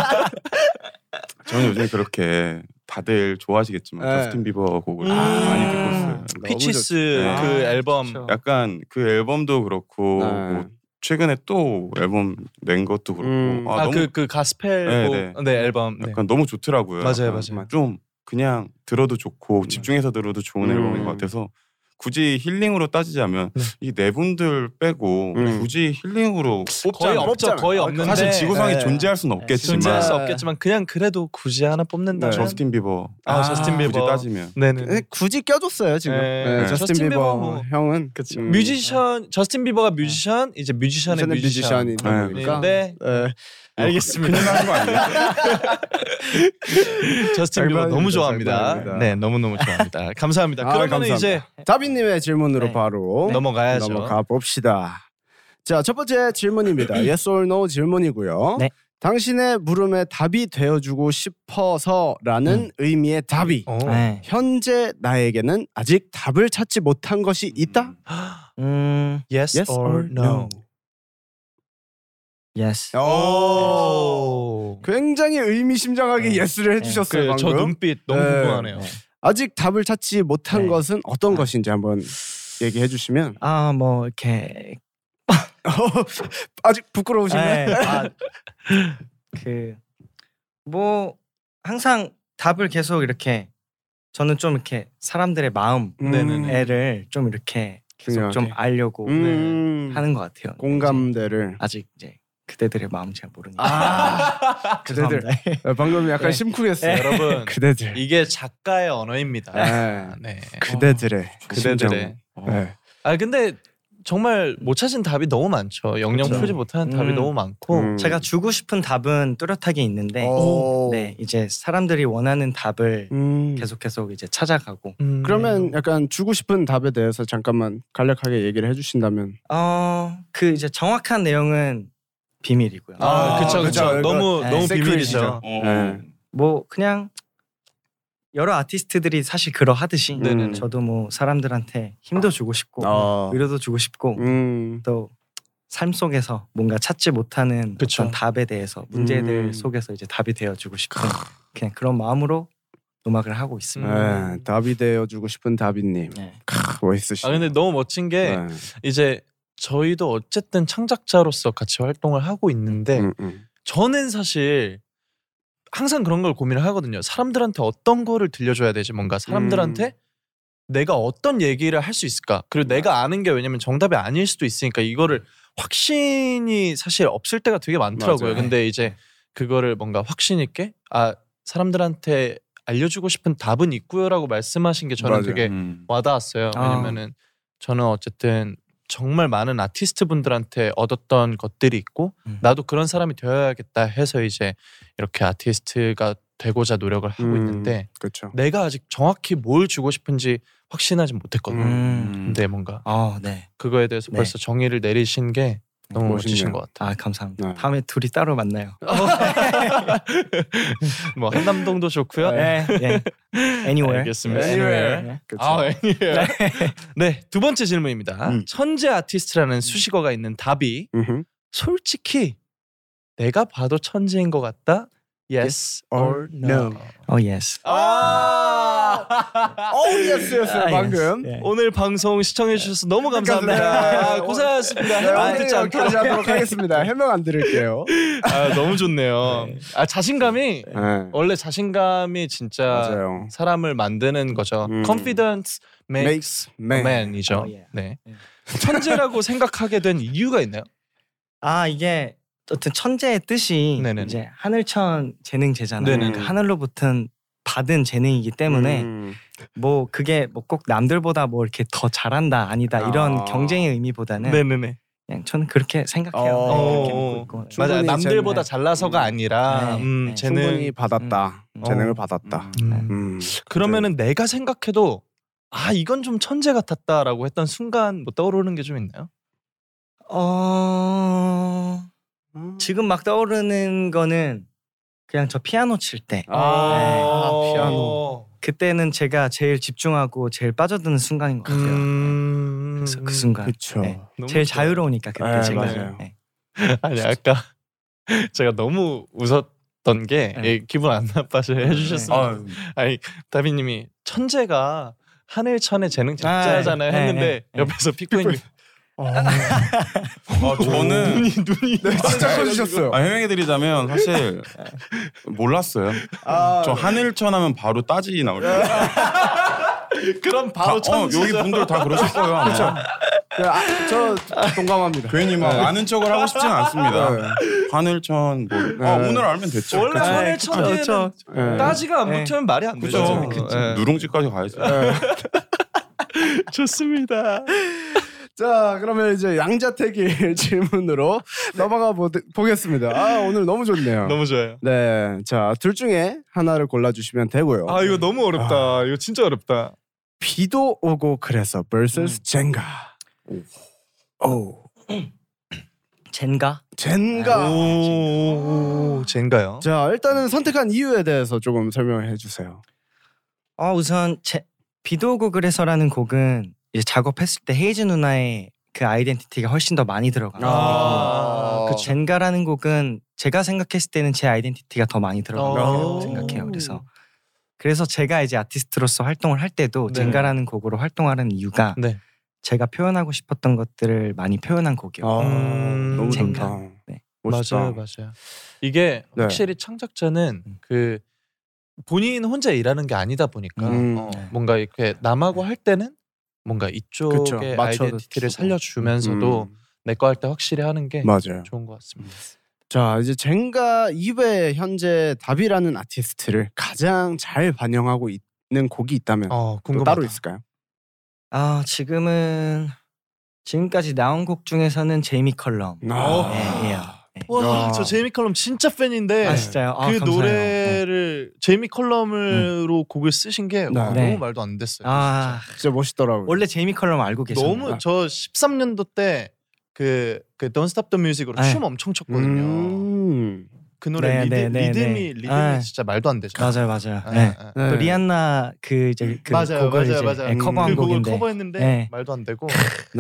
Speaker 4: 저는 요즘에 그렇게 다들 좋아하시겠지만
Speaker 1: 네.
Speaker 4: 저스틴 비버 곡을
Speaker 3: 음.
Speaker 4: 많이 듣고 있어요.
Speaker 3: 피치스
Speaker 4: 좋죠.
Speaker 3: 그
Speaker 2: 아,
Speaker 3: 앨범
Speaker 2: 그렇죠.
Speaker 4: 약간 그 앨범도 그렇고
Speaker 1: 네.
Speaker 4: 뭐 최근에 또 앨범 낸 것도 그렇고
Speaker 1: 음.
Speaker 4: 아,
Speaker 3: 아
Speaker 4: 너무
Speaker 3: 그 그 가스펠
Speaker 4: 네,
Speaker 3: 곡-
Speaker 4: 네.
Speaker 3: 네, 앨범 네.
Speaker 4: 약간 너무 좋더라고요.
Speaker 3: 맞아요,
Speaker 4: 약간
Speaker 3: 맞아요.
Speaker 4: 좀 그냥 들어도 좋고 집중해서 들어도 좋은
Speaker 1: 음.
Speaker 4: 앨범인 것 같아서 굳이 힐링으로 따지자면
Speaker 3: 네.
Speaker 4: 이 네 분들 빼고
Speaker 1: 음.
Speaker 4: 굳이 힐링으로
Speaker 3: 거의
Speaker 4: 뽑자면
Speaker 3: 없죠 거의 없는데
Speaker 4: 사실 지구상에
Speaker 1: 네.
Speaker 4: 존재할 수는 없겠지만
Speaker 3: 존재할 수
Speaker 1: 네.
Speaker 3: 없겠지만 그냥 그래도 굳이 하나 뽑는다면
Speaker 1: 네.
Speaker 4: 저스틴 비버
Speaker 3: 아, 저스틴 비버
Speaker 4: 굳이 따지면
Speaker 3: 네네
Speaker 1: 네, 굳이 껴줬어요 지금.
Speaker 3: 네.
Speaker 1: 네,
Speaker 4: 네.
Speaker 1: 저스틴,
Speaker 3: 저스틴
Speaker 1: 비버,
Speaker 3: 비버 뭐.
Speaker 1: 형은
Speaker 3: 그쵸.
Speaker 1: 음,
Speaker 3: 뮤지션 저스틴 비버가 뮤지션 이제 뮤지션의
Speaker 1: 저는
Speaker 3: 뮤지션.
Speaker 1: 뮤지션이다
Speaker 4: 네.
Speaker 1: 보니까.
Speaker 3: 네.
Speaker 1: 네.
Speaker 3: 알겠습니다.
Speaker 4: 큰일 나는 거 아니에요?
Speaker 3: 저스틴 비버
Speaker 1: 절반입니다,
Speaker 3: 너무 좋아합니다.
Speaker 1: 절반입니다.
Speaker 3: 네, 너무 너무 좋아합니다. 감사합니다.
Speaker 1: 아,
Speaker 3: 그러면
Speaker 1: 감사합니다.
Speaker 3: 이제
Speaker 1: 다비님의 질문으로
Speaker 2: 네.
Speaker 1: 바로
Speaker 3: 넘어가야죠.
Speaker 1: 넘어가 봅시다. 자, 첫 번째 질문입니다. yes or no 질문이고요.
Speaker 2: 네.
Speaker 1: 당신의 물음에 답이 되어주고 싶어서라는 의미의 답이.
Speaker 3: 음. 어.
Speaker 2: 네.
Speaker 1: 현재 나에게는 아직 답을 찾지 못한 것이 있다.
Speaker 2: 음,
Speaker 3: Yes, or no. 네.
Speaker 2: yes.
Speaker 3: 오.
Speaker 1: 굉장히 의미심장하게
Speaker 2: 네.
Speaker 1: 예스를
Speaker 2: 네.
Speaker 1: 해주셨어요
Speaker 3: 네. 그, 저
Speaker 1: 방금.
Speaker 3: 눈빛 너무
Speaker 1: 네.
Speaker 3: 궁금하네요.
Speaker 2: 네.
Speaker 1: 아직 답을 찾지 못한
Speaker 2: 네.
Speaker 1: 것은 어떤
Speaker 2: 아.
Speaker 1: 것인지 한번 얘기해 주시면
Speaker 2: 아, 뭐 이렇게
Speaker 1: 아직 부끄러우신가요?
Speaker 2: 네. 아, 그, 그뭐 항상 답을 계속 이렇게 저는 좀 이렇게 사람들의 마음을
Speaker 1: 음,
Speaker 3: 네네네.
Speaker 2: 좀 이렇게 계속
Speaker 1: 중요하게.
Speaker 2: 좀 알려고 네,
Speaker 1: 음,
Speaker 2: 하는 것 같아요. 이제
Speaker 1: 공감대를
Speaker 2: 아직 이제 그대들의 마음 잘 모르니까.
Speaker 1: 아 그대들
Speaker 2: 죄송합니다.
Speaker 1: 네, 방금 약간
Speaker 2: 네.
Speaker 1: 심쿵했어요
Speaker 3: 여러분
Speaker 1: 그대들
Speaker 3: 이게 작가의 언어입니다.
Speaker 1: 네.
Speaker 3: 네.
Speaker 4: 어,
Speaker 1: 그대들의
Speaker 3: 그대들의
Speaker 1: 네.
Speaker 3: 아 근데 정말 못 찾은 답이 너무 많죠. 영영
Speaker 2: 그렇죠.
Speaker 3: 풀지 못하는 답이
Speaker 2: 음.
Speaker 3: 너무 많고
Speaker 1: 음.
Speaker 2: 제가 주고 싶은 답은 뚜렷하게 있는데
Speaker 1: 오.
Speaker 2: 네 이제 사람들이 원하는 답을
Speaker 1: 음.
Speaker 2: 계속 계속 이제 찾아가고
Speaker 3: 음.
Speaker 1: 그러면 약간 주고 싶은 답에 대해서 잠깐만 간략하게 얘기를 해주신다면
Speaker 2: 어 그 이제 정확한 내용은 비밀이고요.
Speaker 3: 아,
Speaker 4: 아,
Speaker 3: 그쵸
Speaker 1: 그쵸.
Speaker 3: 그쵸 너무
Speaker 2: 네,
Speaker 3: 너무
Speaker 1: 세크릿이죠.
Speaker 3: 비밀이죠.
Speaker 4: 어.
Speaker 1: 네.
Speaker 2: 뭐 그냥 여러 아티스트들이 사실 그러하듯이
Speaker 1: 네네네.
Speaker 2: 저도 뭐 사람들한테 힘도 주고 싶고 뭐
Speaker 1: 어.
Speaker 2: 위로도 주고 싶고
Speaker 1: 음.
Speaker 2: 또 삶 속에서 뭔가 찾지 못하는
Speaker 3: 그쵸.
Speaker 2: 어떤 답에 대해서 문제들
Speaker 1: 음.
Speaker 2: 속에서 이제 답이 되어주고 싶은 그냥 그런 마음으로 음악을 하고 있습니다.
Speaker 1: 네, 답이 되어주고 싶은 다비님
Speaker 2: 네.
Speaker 1: 크, 멋있으시죠
Speaker 3: 아 근데 너무 멋진 게
Speaker 1: 네.
Speaker 3: 이제 저희도 어쨌든 창작자로서 같이 활동을 하고 있는데
Speaker 1: 음, 음.
Speaker 3: 저는 사실 항상 그런 걸 고민을 하거든요. 사람들한테 어떤 거를 들려줘야 되지? 뭔가 사람들한테
Speaker 1: 음.
Speaker 3: 내가 어떤 얘기를 할 수 있을까? 그리고 내가 아는 게 왜냐면 정답이 아닐 수도 있으니까 이거를 확신이 사실 없을 때가 되게 많더라고요.
Speaker 4: 맞아요.
Speaker 3: 근데 이제 그거를 뭔가 확신 있게 아 사람들한테 알려주고 싶은 답은 있고요라고 말씀하신 게 저는
Speaker 1: 맞아요.
Speaker 3: 되게
Speaker 4: 음.
Speaker 3: 와닿았어요.
Speaker 2: 아.
Speaker 3: 왜냐면은 저는 어쨌든 정말 많은 아티스트 분들한테 얻었던 것들이 있고
Speaker 2: 음.
Speaker 3: 나도 그런 사람이 되어야겠다 해서 이제 이렇게 아티스트가 되고자 노력을 하고
Speaker 1: 음.
Speaker 3: 있는데
Speaker 1: 그렇죠
Speaker 3: 내가 아직 정확히 뭘 주고 싶은지 확신하지 못했거든요.
Speaker 2: 음.
Speaker 4: 음.
Speaker 3: 근데 뭔가
Speaker 2: 아 네.
Speaker 3: 그거에 대해서
Speaker 2: 네.
Speaker 3: 벌써 정의를 내리신 게 너무
Speaker 1: 멋있네요.
Speaker 3: 멋지신 것 같아요.
Speaker 2: 아 감사합니다.
Speaker 1: 네.
Speaker 2: 다음에 둘이 따로 만나요.
Speaker 3: 뭐 한남동도 좋고요.
Speaker 2: 네. 네. Anywhere.
Speaker 3: 알겠습니다.
Speaker 1: Anywhere.
Speaker 2: 네.
Speaker 1: 그렇죠
Speaker 3: 아, 아니에요. 네, 두 번째 질문입니다.
Speaker 1: 음.
Speaker 3: 천재 아티스트라는 수식어가 있는 답이
Speaker 1: 음흠.
Speaker 3: 솔직히 내가 봐도 천재인 것 같다. Yes, or no.
Speaker 2: Oh yes.
Speaker 3: 아!
Speaker 1: 어우 예스였어요
Speaker 2: 아,
Speaker 1: 방금
Speaker 2: yes. 네.
Speaker 3: 오늘 방송 시청해 주셔서 너무 감사합니다.
Speaker 1: 네.
Speaker 3: 아, 고생하셨습니다.
Speaker 1: 네,
Speaker 3: 해방
Speaker 1: 오늘
Speaker 3: 듣지 않게.
Speaker 1: 여기까지 하도록 하겠습니다 해명 안 들을게요
Speaker 3: 아, 너무 좋네요. 아, 자신감이
Speaker 1: 네.
Speaker 3: 원래 자신감이 진짜
Speaker 1: 맞아요
Speaker 3: 사람을 만드는 거죠.
Speaker 1: 음.
Speaker 3: Confidence makes
Speaker 1: makes
Speaker 3: a
Speaker 1: man,
Speaker 3: man이죠.
Speaker 2: 어, 예.
Speaker 3: 네.
Speaker 2: 예.
Speaker 3: 천재라고 생각하게 된 이유가 있나요?
Speaker 2: 아 이게 어떤 천재의 뜻이
Speaker 3: 네네네.
Speaker 2: 이제 하늘천 재능제잖아요.
Speaker 3: 네네네.
Speaker 2: 그러니까 하늘로부터 받은 재능이기 때문에
Speaker 1: 음.
Speaker 2: 뭐 그게 뭐 꼭 남들보다 뭐 이렇게 더 잘한다 아니다 이런
Speaker 1: 아.
Speaker 2: 경쟁의 의미보다는
Speaker 3: 네네네.
Speaker 2: 그냥 저는 그렇게 생각해요.
Speaker 1: 어.
Speaker 2: 네, 그렇게 믿고 있고.
Speaker 1: 충분히
Speaker 3: 맞아. 남들보다
Speaker 1: 재능.
Speaker 3: 잘나서가
Speaker 1: 음.
Speaker 3: 아니라
Speaker 2: 네,
Speaker 3: 음,
Speaker 2: 네.
Speaker 3: 재능
Speaker 1: 충분히 받았다
Speaker 2: 음.
Speaker 1: 재능을
Speaker 3: 어.
Speaker 1: 받았다
Speaker 2: 네.
Speaker 3: 음.
Speaker 1: 음.
Speaker 3: 그러면은 내가 생각해도 아 이건 좀 천재 같았다라고 했던 순간 뭐 떠오르는 게 좀 있나요?
Speaker 2: 어...
Speaker 1: 음.
Speaker 2: 지금 막 떠오르는 거는 그냥 저 피아노 칠 때
Speaker 1: 아, 피아노.
Speaker 2: 그때는 제가 제일 집중하고 제일 빠져드는 순간인 것 같아요.
Speaker 3: 음...
Speaker 2: 그래서 그 순간
Speaker 1: 그쵸
Speaker 2: 네.
Speaker 3: 너무
Speaker 2: 제일
Speaker 3: 좋다.
Speaker 2: 자유로우니까 그때
Speaker 1: 네,
Speaker 2: 제가
Speaker 1: 맞아요.
Speaker 2: 네.
Speaker 3: 아니 아까 제가 너무 웃었던 게
Speaker 2: 네.
Speaker 3: 예, 기분 안 나빠서 해주셨습니다.
Speaker 4: 아,
Speaker 3: 아니 다비님이 천재가 하늘천의 재능 작자잖아요
Speaker 2: 아, 네,
Speaker 3: 했는데
Speaker 2: 네, 네.
Speaker 3: 옆에서 피크님 네.
Speaker 4: 아, 저는
Speaker 3: 눈이 눈이
Speaker 1: 진짜 커지셨어요
Speaker 4: 아, 해명해드리자면 사실 몰랐어요.
Speaker 3: 네.
Speaker 1: 아,
Speaker 4: 저 하늘천 하면 바로 따지 나올 거예요.
Speaker 3: 그럼 네. 바로
Speaker 4: 다- 어,
Speaker 3: 천재죠.
Speaker 4: 여기 분들 다 그러실 거예요. 아마.
Speaker 1: 아, 저 동감합니다
Speaker 4: 괜히 막
Speaker 1: 네.
Speaker 4: 아는 척을 하고 싶진 않습니다. 하늘천 뭐 아,
Speaker 1: 네.
Speaker 4: 오늘 알면 됐죠.
Speaker 3: 네. 원래
Speaker 4: 그쵸?
Speaker 3: 하늘
Speaker 2: 그쵸,
Speaker 3: 그렇죠. 천재는
Speaker 2: 그쵸.
Speaker 1: 네.
Speaker 3: 따지가 안
Speaker 2: 네.
Speaker 3: 붙으면 말이 안 되죠.
Speaker 4: 그죠.
Speaker 3: 예.
Speaker 4: 누룽지까지 가야죠.
Speaker 3: 네.
Speaker 4: 어,
Speaker 3: 좋습니다.
Speaker 1: 자, 그러면 이제 양자택일 질문으로 넘어가 보, 보겠습니다. 아, 오늘 너무 좋네요.
Speaker 3: 너무 좋아요.
Speaker 1: 네, 자, 둘 중에 하나를 골라주시면 되고요.
Speaker 3: 아 이거 너무 어렵다. 이거 진짜 어렵다.
Speaker 1: 비도 오고 그래서 vs 젠가. 오,
Speaker 2: 젠가
Speaker 1: 젠가.
Speaker 3: 오, 젠가요?
Speaker 1: 자, 일단은 선택한 이유에 대해서 조금 설명해 주세요.
Speaker 2: 어 우선 제, 비도 오고 그래서라는 곡은 이제 작업했을 때 헤이즈 누나의 그 아이덴티티가 훨씬 더 많이 들어가요.
Speaker 3: 아,
Speaker 2: 그 젠가라는 곡은 제가 생각했을 때는 제 아이덴티티가 더 많이 들어간다고
Speaker 3: 오.
Speaker 2: 생각해요. 그래서 그래서 제가 이제 아티스트로서 활동을 할 때도
Speaker 3: 네.
Speaker 2: 젠가라는 곡으로 활동하는 이유가
Speaker 3: 네.
Speaker 2: 제가 표현하고 싶었던 것들을 많이 표현한 곡이에요.
Speaker 1: 아,
Speaker 3: 음,
Speaker 1: 너무
Speaker 2: 젠가.
Speaker 1: 좋다.
Speaker 2: 네.
Speaker 1: 멋있다.
Speaker 3: 맞아요, 맞아요. 이게
Speaker 1: 네.
Speaker 3: 확실히 창작자는 그 본인 혼자 일하는 게 아니다 보니까
Speaker 1: 음.
Speaker 3: 어,
Speaker 2: 네.
Speaker 3: 뭔가 이렇게 남하고 할 때는 뭔가 이쪽의
Speaker 1: 그쵸, 맞춰서
Speaker 3: 아이덴티티를
Speaker 1: 쓰고.
Speaker 3: 살려주면서도 네.
Speaker 1: 음,
Speaker 3: 내 거 할 때 확실히 하는 게
Speaker 1: 맞아요.
Speaker 3: 좋은 것 같습니다.
Speaker 1: 자 이제 젠가 2회 현재 답이라는 아티스트를 가장 잘 반영하고 있는 곡이 있다면
Speaker 3: 어,
Speaker 1: 또
Speaker 3: 궁금하다.
Speaker 1: 따로 있을까요?
Speaker 2: 아 지금은 지금까지 나온 곡 중에서는 제이미 컬럼.
Speaker 1: 아.
Speaker 2: 예, 예요.
Speaker 3: 와,
Speaker 1: 야.
Speaker 3: 저 제이미 컬럼 진짜 팬인데
Speaker 2: 아 진짜요? 아,
Speaker 3: 그
Speaker 2: 감사해요. 네. 음.
Speaker 3: 노래를 제이미 컬럼으로 곡을 쓰신 게 와,
Speaker 1: 네.
Speaker 3: 너무 말도 안 됐어요.
Speaker 2: 아
Speaker 1: 진짜 멋있더라고요.
Speaker 2: 원래 제이미 컬럼 알고
Speaker 3: 진짜.
Speaker 2: 계셨나요?
Speaker 3: 너무 저 13년도 때 그 그 Don't Stop the Music으로
Speaker 2: 네.
Speaker 3: 춤 엄청 췄거든요.
Speaker 1: 음.
Speaker 3: 그 노래
Speaker 2: 네,
Speaker 3: 리듬,
Speaker 2: 네, 네,
Speaker 3: 리듬이
Speaker 2: 네.
Speaker 3: 리듬이
Speaker 2: 아.
Speaker 3: 진짜 말도 안 되잖아.
Speaker 2: 맞아요, 맞아요.
Speaker 3: 아,
Speaker 2: 네.
Speaker 3: 아.
Speaker 1: 네.
Speaker 2: 또 리안나 그 이제 그
Speaker 3: 맞아요,
Speaker 2: 곡을
Speaker 3: 맞아요,
Speaker 2: 이제
Speaker 3: 맞아요.
Speaker 2: 예, 커버한
Speaker 3: 그 곡을
Speaker 2: 곡인데.
Speaker 3: 커버했는데
Speaker 2: 네.
Speaker 3: 말도 안 되고
Speaker 1: 네.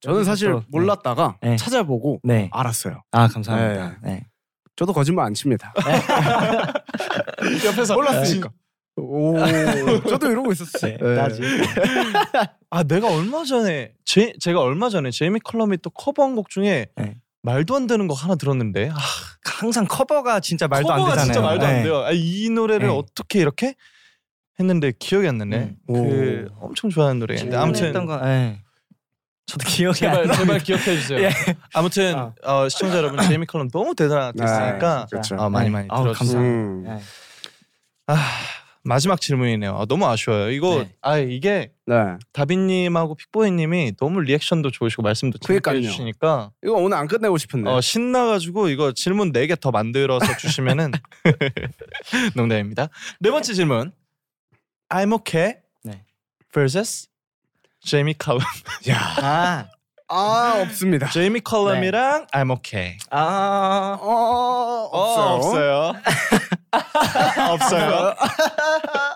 Speaker 1: 저는
Speaker 2: 여기서
Speaker 1: 사실
Speaker 2: 또- 네.
Speaker 1: 몰랐다가
Speaker 2: 네.
Speaker 1: 찾아보고
Speaker 2: 네.
Speaker 1: 알았어요.
Speaker 2: 아 감사합니다. 네.
Speaker 1: 저도 거짓말 안 칩니다.
Speaker 2: 그
Speaker 3: 옆에서
Speaker 1: 몰랐으니까.
Speaker 3: 진-
Speaker 1: 오. 네. 저도 이러고 있었어요.
Speaker 2: 네. 나지.
Speaker 3: 아 내가 얼마 전에 제, 제가 얼마 전에 제이미 컬럼이 또 커버한 곡 중에
Speaker 2: 네.
Speaker 3: 말도 안 되는 거 하나 들었는데 아,
Speaker 2: 항상 커버가 진짜 말도
Speaker 3: 커버가
Speaker 2: 안 되잖아요.
Speaker 3: 진짜 말도
Speaker 2: 네.
Speaker 3: 안 돼요. 아, 이 노래를
Speaker 2: 네. 음.
Speaker 3: 어떻게 이렇게 했는데 기억이 안 나네. 그 엄청 좋아하는 노래인데 아무튼
Speaker 2: 했던 거. 네. 저도 기억이 안
Speaker 3: 제발
Speaker 2: 나.
Speaker 3: 제발 기억해 주세요.
Speaker 2: 예.
Speaker 3: 아무튼
Speaker 2: 아.
Speaker 3: 어, 시청자 여러분 제이미 컬럼 너무 대단한 아티스트니까
Speaker 1: 그렇죠.
Speaker 3: 어, 많이 많이
Speaker 2: 네. 아우,
Speaker 3: 들어주세요.
Speaker 2: 감사합니다.
Speaker 1: 음.
Speaker 2: 네.
Speaker 3: 아, 마지막 질문이네요. 아, 너무 아쉬워요. 이거
Speaker 2: 네.
Speaker 3: 아 이게
Speaker 1: 네.
Speaker 3: 다빈님하고 픽보이님이 너무 리액션도 좋으시고 말씀도 재밌게
Speaker 1: 그러니까요.
Speaker 3: 해주시니까
Speaker 1: 이거 오늘 안 끝내고 싶은데.
Speaker 3: 어, 신나가지고 이거 질문 4개 더 만들어서 주시면은 농담입니다. 네 번째 질문. I'm okay
Speaker 2: 네.
Speaker 3: vs 제이미 컬럼.
Speaker 2: 아,
Speaker 1: 아, 없습니다.
Speaker 3: 제이미 컬럼이랑 I'm okay.
Speaker 2: 아,
Speaker 1: 어, 없어요.
Speaker 3: 없어요. 없어요.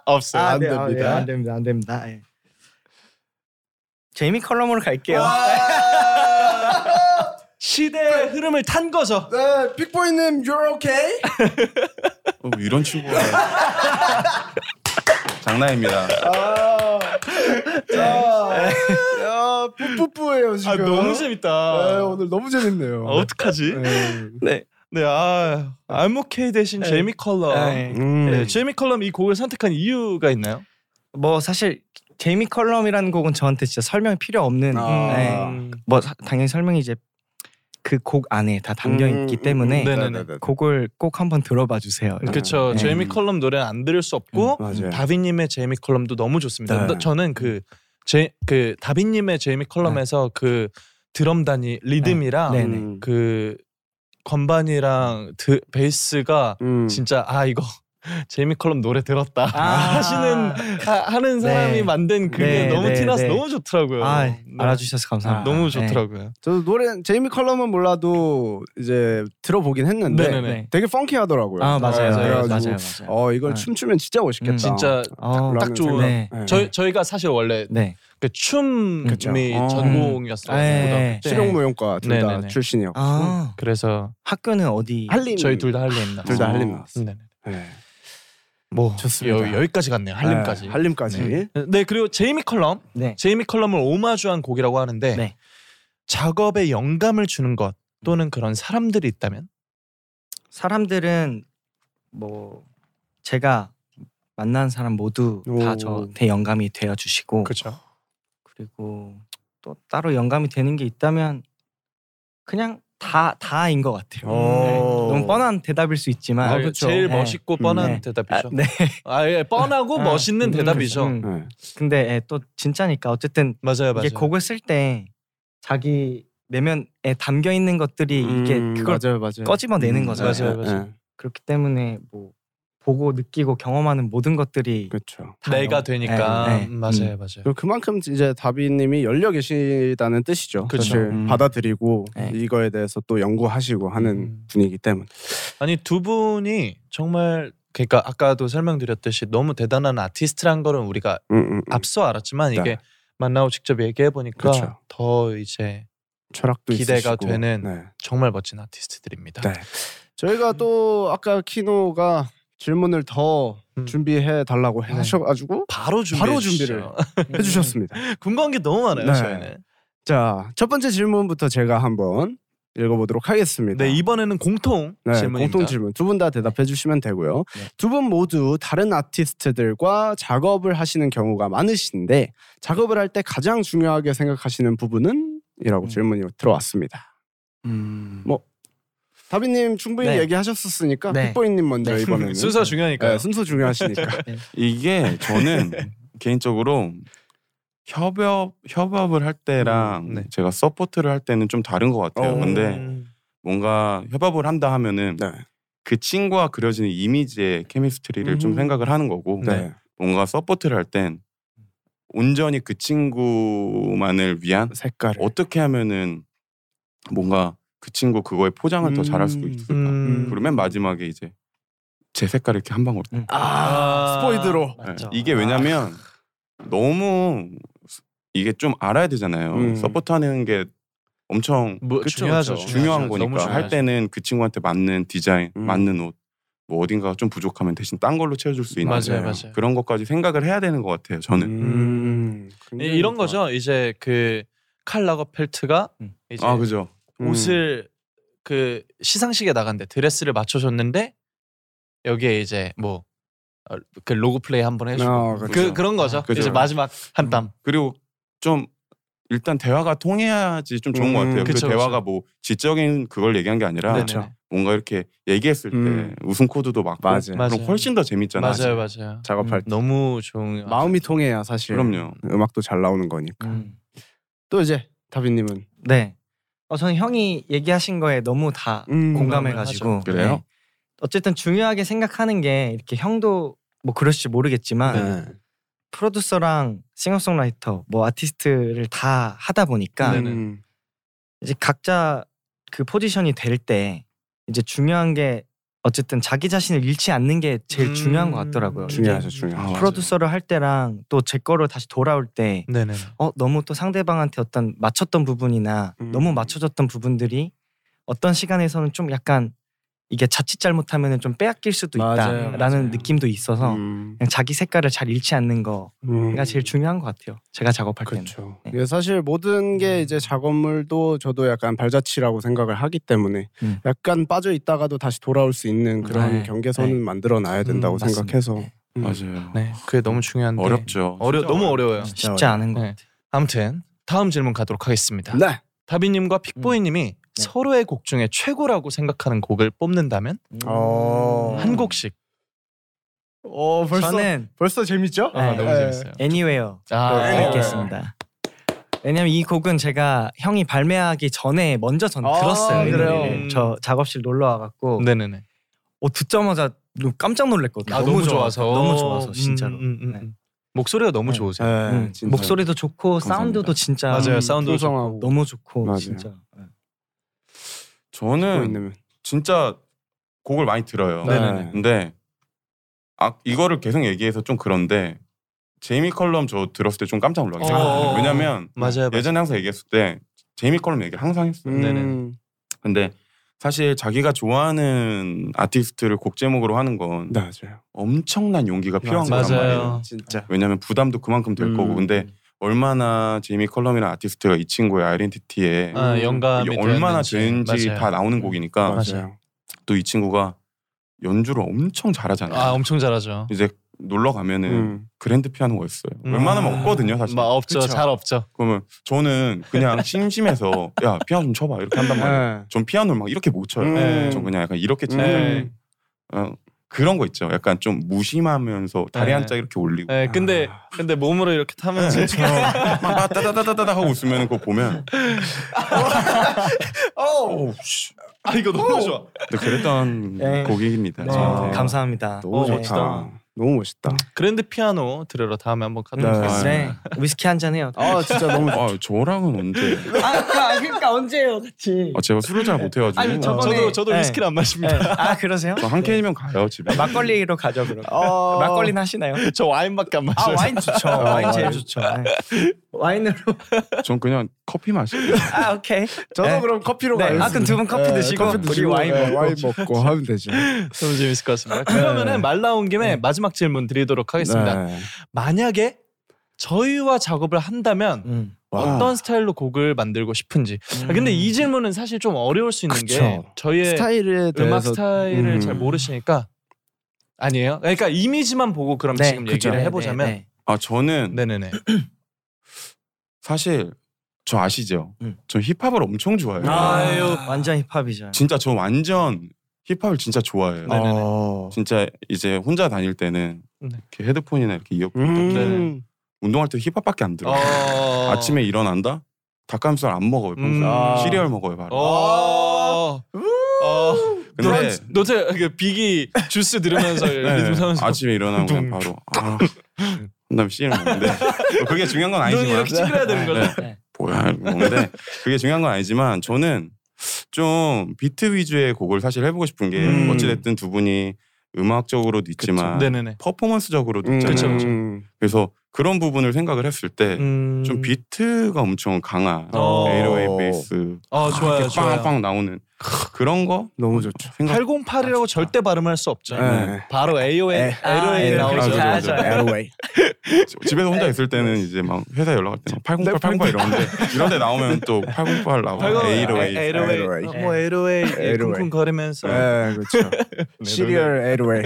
Speaker 3: 없어요.
Speaker 2: 아,
Speaker 1: 안
Speaker 2: 네, 아,
Speaker 1: 됩니다.
Speaker 2: 예, 안 됩니다. 안 됩니다. 예. 제이미 컬럼으로 갈게요.
Speaker 3: 시대의 흐름을 탄 거죠. 아,
Speaker 1: 네, 픽보이님, you're okay?
Speaker 4: 어, 뭐 이런 친구가 장난입니다.
Speaker 3: 아,
Speaker 1: 네. 야, 뿌뿌뿌예요 지금.
Speaker 3: 아 너무 재밌다.
Speaker 1: 네, 오늘 너무 재밌네요.
Speaker 3: 아, 어떡하지?
Speaker 2: 네.
Speaker 3: 네, 아 I'm okay 대신 제이미 컬럼.
Speaker 2: 아, 예.
Speaker 1: 음.
Speaker 3: 네, 제이미 컬럼 이 곡을 선택한 이유가 있나요?
Speaker 2: 뭐 사실 제이미 컬럼이라는 곡은 저한테 진짜 설명이 필요 없는
Speaker 1: 아.
Speaker 2: 예.
Speaker 3: 네.
Speaker 2: 뭐 사- 당연히 설명이 이제 그 곡 안에 다 담겨 있기
Speaker 1: 음,
Speaker 2: 때문에
Speaker 3: 음, 네.
Speaker 2: 곡을 꼭 한번 들어봐 주세요.
Speaker 3: 그렇죠.
Speaker 2: 네. 음.
Speaker 3: 제이미 컬럼 노래는 안 들을 수 없고
Speaker 1: 맞아요.
Speaker 3: 다빈님의 제이미 컬럼도 너무 좋습니다.
Speaker 1: 네.
Speaker 3: 나- 저는 그 제 그 다빈님의 제이미 컬럼에서 그 드럼 단위 리듬이랑
Speaker 2: 네.
Speaker 3: 그 건반이랑 드, 베이스가
Speaker 1: 음.
Speaker 3: 진짜 아 이거 제이미 컬럼 노래 들었다
Speaker 2: 아.
Speaker 3: 하시는 하, 는 사람이
Speaker 2: 네.
Speaker 3: 만든 그게
Speaker 2: 네,
Speaker 3: 너무
Speaker 2: 네,
Speaker 3: 티나서
Speaker 2: 네.
Speaker 3: 너무 좋더라고요.
Speaker 2: 아,
Speaker 3: 네.
Speaker 2: 알아주셔서 감사합니다.
Speaker 3: 너무
Speaker 2: 네.
Speaker 3: 좋더라고요.
Speaker 1: 저도 노래 제이미 컬럼은 몰라도 이제 들어보긴 했는데
Speaker 3: 네네네.
Speaker 2: 네.
Speaker 1: 되게 펑키하더라고요.
Speaker 2: 아 맞아요,
Speaker 3: 맞아요.
Speaker 2: 맞아요, 맞아요.
Speaker 1: 그래가지고,
Speaker 2: 맞아요.
Speaker 1: 어 이걸
Speaker 2: 네.
Speaker 1: 춤추면 진짜 멋있겠다.
Speaker 2: 음.
Speaker 3: 진짜
Speaker 2: 어,
Speaker 3: 딱 좋은
Speaker 2: 네.
Speaker 1: 네.
Speaker 3: 저희 저희가 사실 원래
Speaker 2: 네.
Speaker 3: 그 춤이
Speaker 1: 그쵸. 어.
Speaker 3: 전공이었어요. 고등학교
Speaker 2: 네.
Speaker 3: 때.
Speaker 1: 실용무용과 둘 다
Speaker 3: 네네네.
Speaker 1: 출신이었고
Speaker 2: 아
Speaker 3: 그래서
Speaker 2: 학교는 어디?
Speaker 1: 할림
Speaker 3: 저희 둘 다 할림 나.
Speaker 1: 둘다
Speaker 4: 어.
Speaker 1: 할림 나왔어.
Speaker 3: 네네.
Speaker 1: 네.
Speaker 3: 뭐
Speaker 1: 좋습니다.
Speaker 3: 여, 기까지 갔네요. 할림까지.
Speaker 1: 네, 할림까지.
Speaker 2: 네.
Speaker 3: 네 그리고 제이미 컬럼
Speaker 2: 네.
Speaker 3: 제이미 컬럼을 오마주한 곡이라고 하는데
Speaker 2: 네.
Speaker 3: 작업에 영감을 주는 것 또는 그런 사람들이 있다면
Speaker 2: 사람들은 뭐 제가 만난 사람 모두 다
Speaker 1: 오.
Speaker 2: 저한테 영감이 되어 주시고
Speaker 3: 그렇죠.
Speaker 2: 그리고 또 따로 영감이 되는 게 있다면 그냥 다 다인 것 같아요. 네. 너무 뻔한 대답일 수
Speaker 1: 아,
Speaker 2: 있지만
Speaker 3: 어. 아, 그 제일
Speaker 2: 네.
Speaker 3: 멋있고 뻔한
Speaker 2: 네. 아,
Speaker 3: 대답이죠.
Speaker 2: 네.
Speaker 3: 아, 예, 뻔하고
Speaker 2: 아,
Speaker 3: 멋있는
Speaker 2: 음,
Speaker 3: 대답이죠.
Speaker 2: 음.
Speaker 1: 네.
Speaker 2: 근데 예, 또 진짜니까 어쨌든
Speaker 3: 맞아요,
Speaker 2: 이게
Speaker 3: 맞아요.
Speaker 2: 곡을 쓸 때 자기 내면에 담겨 있는 것들이 이게
Speaker 1: 음,
Speaker 2: 그걸
Speaker 1: 맞아요, 맞아요.
Speaker 2: 꺼집어내는
Speaker 1: 음,
Speaker 2: 거잖아요.
Speaker 3: 맞아요, 맞아요.
Speaker 1: 네.
Speaker 2: 그렇기 때문에 뭐 보고 느끼고 경험하는 모든 것들이
Speaker 1: 그렇죠.
Speaker 2: 다
Speaker 3: 내가
Speaker 2: 영-
Speaker 3: 되니까
Speaker 2: 네, 네.
Speaker 3: 음, 맞아요,
Speaker 2: 음.
Speaker 3: 맞아요.
Speaker 1: 그리고 그만큼 이제 다비님이 열려 계시다는 뜻이죠.
Speaker 3: 그쵸.
Speaker 1: 사실
Speaker 4: 음.
Speaker 1: 받아들이고
Speaker 2: 네.
Speaker 1: 이거에 대해서 또 연구하시고 하는
Speaker 3: 음.
Speaker 1: 분이기 때문에.
Speaker 3: 아니 두 분이 정말 그러니까 아까도 설명드렸듯이 너무 대단한 아티스트란 거는 우리가
Speaker 1: 음, 음, 음.
Speaker 3: 앞서 알았지만
Speaker 1: 네.
Speaker 3: 이게 만나고 직접 얘기해 보니까
Speaker 1: 그쵸.
Speaker 3: 더 이제
Speaker 1: 철학도
Speaker 3: 기대가
Speaker 1: 있으시고.
Speaker 3: 되는
Speaker 1: 네.
Speaker 3: 정말 멋진 아티스트들입니다.
Speaker 1: 네. 저희가 또 아까 키노가 질문을 더
Speaker 3: 음.
Speaker 1: 준비해 달라고
Speaker 3: 네. 음.
Speaker 1: 하셔가지고
Speaker 3: 바로 준비
Speaker 1: 바로 준비를 해주셨습니다.
Speaker 3: 궁금한 게 너무 많아요
Speaker 1: 네.
Speaker 3: 저희는.
Speaker 1: 자, 첫 번째 질문부터 제가 한번 읽어보도록 하겠습니다.
Speaker 3: 네 이번에는 공통
Speaker 1: 네,
Speaker 3: 질문입니다.
Speaker 1: 공통 질문 두 분 다 대답해 주시면 되고요.
Speaker 2: 네.
Speaker 1: 두 분 모두 다른 아티스트들과 작업을 하시는 경우가 많으신데 작업을 할 때 가장 중요하게 생각하시는 부분은? 이라고
Speaker 2: 음.
Speaker 1: 질문이 들어왔습니다.
Speaker 3: 음.
Speaker 1: 뭐 다비님 충분히
Speaker 2: 네.
Speaker 1: 얘기하셨었으니까
Speaker 2: 네.
Speaker 1: 픽보이님 먼저
Speaker 2: 네.
Speaker 1: 이번에는
Speaker 3: 순서 중요하니까요.
Speaker 1: 네, 순서 중요하시니까.
Speaker 4: 이게 저는 개인적으로 협업 협업을 할 때랑
Speaker 3: 음, 네.
Speaker 4: 제가 서포트를 할 때는 좀 다른 것 같아요.
Speaker 1: 어.
Speaker 4: 근데
Speaker 3: 음.
Speaker 4: 뭔가 협업을 한다 하면은
Speaker 1: 네.
Speaker 4: 그 친구와 그려지는 이미지의 케미스트리를 좀
Speaker 1: 음.
Speaker 4: 생각을 하는 거고
Speaker 1: 네.
Speaker 4: 뭔가 서포트를 할 땐 온전히 그 친구만을 위한
Speaker 1: 색깔을.
Speaker 4: 어떻게 하면은 뭔가 그 친구 그거에 포장을 더 잘할 수도
Speaker 1: 음.
Speaker 4: 있을까
Speaker 3: 음.
Speaker 4: 그러면 마지막에 이제 제 색깔을 이렇게 한 방울
Speaker 1: 아, 스포이드로.
Speaker 4: 네. 이게 왜냐면
Speaker 3: 아.
Speaker 4: 너무 이게 좀 알아야 되잖아요
Speaker 1: 음.
Speaker 4: 서포트하는 게 엄청
Speaker 3: 뭐,
Speaker 4: 그쵸,
Speaker 3: 중요하죠.
Speaker 4: 그쵸. 중요한
Speaker 3: 중요하죠.
Speaker 4: 거니까
Speaker 3: 너무
Speaker 4: 할
Speaker 3: 중요하죠.
Speaker 4: 때는 그 친구한테 맞는 디자인
Speaker 1: 음.
Speaker 4: 맞는 옷뭐 어딘가가 좀 부족하면 대신 딴 걸로 채워줄 수 있는
Speaker 3: 맞아요,
Speaker 1: 맞아요.
Speaker 3: 맞아요.
Speaker 4: 그런 것까지 생각을 해야 되는 것 같아요 저는
Speaker 1: 음.
Speaker 3: 아, 예, 네, 이- 이런 거죠. 이제 그 칼라거 펠트가
Speaker 2: 음.
Speaker 3: 이제
Speaker 4: 아 그죠
Speaker 1: 음.
Speaker 3: 옷을 그 시상식에 나간데 드레스를 맞춰줬는데 여기에 이제 뭐 그 로고 플레이 한번 해주고
Speaker 1: 아,
Speaker 3: 그
Speaker 1: 그렇죠.
Speaker 3: 그런 거죠.
Speaker 4: 아, 그죠.
Speaker 3: 이제 마지막 한 땀.
Speaker 4: 그리고 좀 일단 대화가 통해야지 좀 좋은 것
Speaker 1: 음,
Speaker 4: 같아요. 그
Speaker 3: 그쵸,
Speaker 4: 대화가
Speaker 3: 그쵸.
Speaker 4: 뭐 지적인 그걸 얘기한 게 아니라
Speaker 3: 네네.
Speaker 1: 그쵸.
Speaker 4: 뭔가 이렇게 얘기했을
Speaker 1: 음.
Speaker 4: 때 웃음 코드도 맞고
Speaker 1: 맞아요.
Speaker 4: 그럼
Speaker 3: 맞아요.
Speaker 4: 훨씬 더 재밌잖아요.
Speaker 3: 맞아요, 맞아요. 음,
Speaker 1: 작업할 때.
Speaker 3: 너무 좋은 것
Speaker 1: 그 마음이 통해야 사실.
Speaker 4: 그럼요.
Speaker 1: 음악도 잘 나오는 거니까.
Speaker 3: 같아요.
Speaker 1: 또 이제 다빈님은
Speaker 2: 네. 어, 저는 형이 얘기하신 거에 너무 다
Speaker 1: 음,
Speaker 2: 공감해가지고.
Speaker 4: 하죠. 그래요?
Speaker 2: 네. 어쨌든 중요하게 생각하는 게 이렇게 형도 뭐 그럴지 모르겠지만 프로듀서랑 싱어송라이터 뭐 아티스트를 다 하다 보니까
Speaker 3: 네네.
Speaker 1: 음.
Speaker 2: 이제 각자 그 포지션이 될 때 이제 중요한 게 어쨌든 자기 자신을 잃지 않는 게 제일
Speaker 3: 음.
Speaker 2: 중요한 것 같더라고요. 이게
Speaker 1: 중요하죠, 중요하죠.
Speaker 4: 맞아요.
Speaker 2: 프로듀서를 할 때랑 또 제 거로 다시 돌아올 때
Speaker 3: 네네.
Speaker 2: 어, 너무 또 상대방한테 어떤 맞췄던 부분이나
Speaker 1: 음.
Speaker 2: 너무 맞춰줬던 부분들이 어떤 시간에서는 좀 약간 이게 자칫 잘못하면 좀 빼앗길 수도
Speaker 1: 맞아요,
Speaker 2: 있다라는
Speaker 3: 맞아요.
Speaker 2: 느낌도 있어서
Speaker 1: 음.
Speaker 2: 그냥 자기 색깔을 잘 잃지 않는 거가
Speaker 1: 음.
Speaker 2: 제일 중요한 것 같아요. 제가 작업할 때는.
Speaker 1: 그렇죠.
Speaker 2: 네.
Speaker 1: 이게 사실 모든
Speaker 3: 음.
Speaker 1: 게 이제 작업물도 저도 약간 발자취라고 생각을 하기 때문에
Speaker 2: 음.
Speaker 1: 약간 빠져 있다가도 다시 돌아올 수 있는 그런
Speaker 2: 네.
Speaker 1: 경계선을
Speaker 2: 네.
Speaker 1: 만들어 놔야 된다고
Speaker 3: 음, 맞습니다.
Speaker 1: 생각해서
Speaker 2: 네.
Speaker 1: 음.
Speaker 4: 맞아요.
Speaker 3: 네, 그게 너무 중요한데
Speaker 4: 어렵죠.
Speaker 3: 어려
Speaker 4: 진짜
Speaker 3: 너무 어려워요.
Speaker 1: 진짜
Speaker 2: 쉽지 않은 것
Speaker 3: 네.
Speaker 2: 같아요.
Speaker 3: 아무튼 다음 질문 가도록 하겠습니다.
Speaker 1: 네.
Speaker 3: 다비님과 픽보이님이
Speaker 2: 네.
Speaker 3: 서로의 곡 중에 최고라고 생각하는 곡을 뽑는다면
Speaker 2: 음.
Speaker 1: 어.
Speaker 3: 한 곡씩.
Speaker 1: 어 벌써
Speaker 2: 저는
Speaker 1: 벌써 재밌죠?
Speaker 3: 아,
Speaker 2: 네.
Speaker 3: 너무 재밌어요.
Speaker 2: Anywhere
Speaker 1: 네.
Speaker 3: 아,
Speaker 2: 듣겠습니다. 왜냐면 이 곡은 제가 형이 발매하기 전에 먼저 전
Speaker 1: 아,
Speaker 2: 들었어요. 이
Speaker 3: 그래요?
Speaker 2: 노래를. 저 작업실 놀러 와갖고
Speaker 3: 네네네.
Speaker 2: 어, 듣자마자 눈 깜짝 놀랐거든요.
Speaker 3: 아, 너무 좋아서.
Speaker 2: 너무 좋아서
Speaker 3: 음,
Speaker 2: 진짜로.
Speaker 3: 음, 음,
Speaker 2: 네.
Speaker 3: 음. 목소리가 너무
Speaker 2: 네.
Speaker 3: 좋으세요.
Speaker 1: 네,
Speaker 2: 음,
Speaker 1: 진짜.
Speaker 2: 목소리도 좋고 사운드도 진짜
Speaker 3: 맞아요.
Speaker 1: 음,
Speaker 3: 사운드도 좋고.
Speaker 1: 풍성하고
Speaker 2: 너무 좋고
Speaker 1: 맞아요. 네.
Speaker 2: 진짜.
Speaker 3: 음.
Speaker 4: 저는
Speaker 1: 보이는
Speaker 4: 진짜 곡을 많이 들어요.
Speaker 1: 네네네.
Speaker 4: 근데 아 이거를 계속 얘기해서 좀 그런데 제이미 컬럼 저 들었을 때 좀 깜짝 놀랐어요.
Speaker 3: 어.
Speaker 4: 왜냐면
Speaker 3: 맞아요. 맞아요.
Speaker 4: 예전에 항상 얘기했을 때 제이미 컬럼 얘기를 항상 했어요.
Speaker 1: 음.
Speaker 3: 네네네.
Speaker 4: 근데 사실 자기가 좋아하는 아티스트를 곡 제목으로 하는 건
Speaker 1: 네, 맞아요. 네,
Speaker 4: 엄청난 용기가 필요한
Speaker 3: 맞아요.
Speaker 4: 거란 말이에요.
Speaker 3: 맞아요.
Speaker 1: 진짜.
Speaker 4: 왜냐면 부담도 그만큼 될
Speaker 1: 음.
Speaker 4: 거고 근데 얼마나 제이미 컬럼이라는 아티스트가 이 친구의 아이덴티티에
Speaker 3: 아, 영감이
Speaker 4: 이게 얼마나
Speaker 3: 되었는지.
Speaker 4: 되는지
Speaker 3: 맞아요.
Speaker 4: 다 나오는 곡이니까
Speaker 1: 맞아요.
Speaker 4: 또 이 친구가 연주를 엄청 잘하잖아요.
Speaker 3: 아 엄청 잘하죠.
Speaker 4: 이제 놀러
Speaker 3: 네.
Speaker 4: 가면은
Speaker 1: 음.
Speaker 4: 그랜드 피아노가 있어요.
Speaker 3: 음.
Speaker 4: 웬만하면 없거든요, 사실.
Speaker 3: 막 없죠.
Speaker 1: 그쵸.
Speaker 3: 잘 없죠.
Speaker 4: 그러면 저는 그냥 심심해서 야 피아노 좀 쳐봐 이렇게 한단 말이에요.
Speaker 1: 네.
Speaker 4: 전 피아노를 막 이렇게 못 쳐요.
Speaker 1: 음.
Speaker 4: 전 그냥 약간 이렇게 치는
Speaker 3: 네.
Speaker 4: 어, 그런 거 있죠. 약간 좀 무심하면서 다리
Speaker 3: 네.
Speaker 4: 한짝 이렇게 올리고
Speaker 1: 아.
Speaker 3: 네, 근데 근데 몸으로 이렇게 타면
Speaker 4: 네.
Speaker 3: 진짜
Speaker 4: 막 따다다다다다 하고 웃으면 그거 보면
Speaker 3: 어우, 씨. 아 이거 너무 좋아.
Speaker 4: 네, 그랬던
Speaker 2: 어. 네.
Speaker 4: 곡입니다. 아.
Speaker 2: 네.
Speaker 4: 저한테.
Speaker 2: 감사합니다. 네.
Speaker 1: 너무
Speaker 3: 어,
Speaker 1: 좋다.
Speaker 3: 멋지다.
Speaker 1: 너무 멋있다.
Speaker 3: 그랜드 피아노 들으러 다음에 한번 가도록
Speaker 1: 네.
Speaker 3: 하겠습니다.
Speaker 2: 네. 위스키 한 잔 해요.
Speaker 1: 아 진짜 너무
Speaker 4: 아, 저랑은 언제?
Speaker 2: 아, 그러니까 언제요, 같이?
Speaker 4: 아, 제가 술을 잘 못해가지고
Speaker 2: 아니, 저번에-
Speaker 3: 저도 저도
Speaker 2: 네.
Speaker 3: 위스키를 안 마십니다.
Speaker 2: 아 그러세요? 네.
Speaker 4: 저한 캔이면 가요 집에.
Speaker 2: 막걸리로 가죠 그럼.
Speaker 1: 어.
Speaker 2: 막걸리는 하시나요?
Speaker 3: 저 와인밖에 안
Speaker 2: 아
Speaker 3: 마셔요.
Speaker 2: 와인 좋죠. 와인 제일
Speaker 1: 와인.
Speaker 2: 좋죠. 네. 와인으로. 네.
Speaker 4: 전 그냥 커피 마실게요.
Speaker 2: 아 오케이.
Speaker 1: 저도
Speaker 2: 네.
Speaker 1: 그럼 커피로
Speaker 2: 네,
Speaker 1: 가요.
Speaker 2: 아무튼 두분 커피 드시고 우리 와인
Speaker 1: 네,
Speaker 2: 먹고.
Speaker 1: 와인 먹고 하면 되죠.
Speaker 3: 너무 재밌을 것 같습니다.
Speaker 2: 네.
Speaker 3: 그러면은 말 나온 김에 마지막 질문 드리도록 하겠습니다.
Speaker 1: 네.
Speaker 3: 만약에 저희와 작업을 한다면
Speaker 2: 음.
Speaker 1: 와. 음.
Speaker 3: 어떤 스타일로 곡을 만들고 싶은지. 아, 근데 이 질문은 사실 좀 어려울 수 있는 게
Speaker 1: 그쵸.
Speaker 3: 저희의
Speaker 1: 스타일에
Speaker 3: 음악
Speaker 1: 대해서
Speaker 3: 스타일을
Speaker 1: 음.
Speaker 3: 잘 모르시니까 아니에요. 그러니까 이미지만 보고 그럼 지금
Speaker 2: 그쵸.
Speaker 3: 얘기를
Speaker 2: 네,
Speaker 3: 해보자면
Speaker 2: 네,
Speaker 4: 아 저는
Speaker 3: 네네네.
Speaker 4: 사실 저 아시죠?
Speaker 2: 음.
Speaker 4: 저 힙합을 엄청 좋아해요.
Speaker 2: 네.
Speaker 3: 아유.
Speaker 2: 완전 힙합이죠.
Speaker 4: 진짜 저 완전 힙합을 진짜 좋아해요.
Speaker 3: 네. 네네네.
Speaker 1: 어.
Speaker 4: 진짜 이제 혼자 다닐 때는
Speaker 3: 네.
Speaker 4: 이렇게 헤드폰이나 이렇게 이어폰
Speaker 1: 음.
Speaker 3: 네.
Speaker 4: 운동할 때 힙합밖에 안 들어.
Speaker 3: 어.
Speaker 4: 아침에 일어난다. 닭가슴살 안 먹어요. 평소에.
Speaker 3: 음.
Speaker 4: 시리얼 먹어요 바로.
Speaker 3: 어. 어.
Speaker 4: 근데
Speaker 3: 노트- 노트 그 빅이 주스 들으면서
Speaker 4: 네,
Speaker 3: 리듬 타면서
Speaker 4: 아침에 일어나면 그냥 바로 아, 그다음에 씨를 먹는데 뭐 그게 중요한 건
Speaker 3: 눈이
Speaker 4: 아니지만
Speaker 3: 이렇게 찌그러야 되는 거죠.
Speaker 2: 네.
Speaker 4: 뭐야 먹는데 그게 중요한 건 아니지만 저는 좀 비트 위주의 곡을 사실 해보고 싶은 게
Speaker 3: 음.
Speaker 4: 어찌됐든 두 분이 음악적으로도 있지만
Speaker 3: 네네네.
Speaker 4: 퍼포먼스적으로도
Speaker 1: 음,
Speaker 4: 있잖아요.
Speaker 3: 그쵸,
Speaker 4: 그래서 그런 부분을 생각을 했을 때 좀
Speaker 3: 음.
Speaker 4: 비트가 엄청 강한
Speaker 3: 어.
Speaker 4: 808 베이스
Speaker 3: 아 좋아요
Speaker 4: 이렇게
Speaker 3: 좋아요.
Speaker 4: 빵빵 나오는 그런 거
Speaker 1: 너무 좋죠.
Speaker 4: 생각
Speaker 3: 808이라고 절대 발음할 수 없죠.
Speaker 1: 네.
Speaker 3: 바로 AOA, LOA 나오죠.
Speaker 2: 아,
Speaker 3: 네,
Speaker 4: 그렇죠, 그렇죠.
Speaker 3: 맞아요.
Speaker 1: 에어웨이.
Speaker 3: 네.
Speaker 4: 집에서 혼자 있을 때는 이제 막 회사 연락할 때는 808, 808 이러는데 이런 데 나오면 또 808 나오고
Speaker 3: 팔공-
Speaker 4: 808
Speaker 3: 808,
Speaker 1: 에이로웨이.
Speaker 2: 네.
Speaker 3: 어, 뭐 808
Speaker 1: 에이로웨이.
Speaker 3: 쿵쿵거리면서
Speaker 4: 네.
Speaker 1: 예, 그렇죠. 시리얼 에어웨이.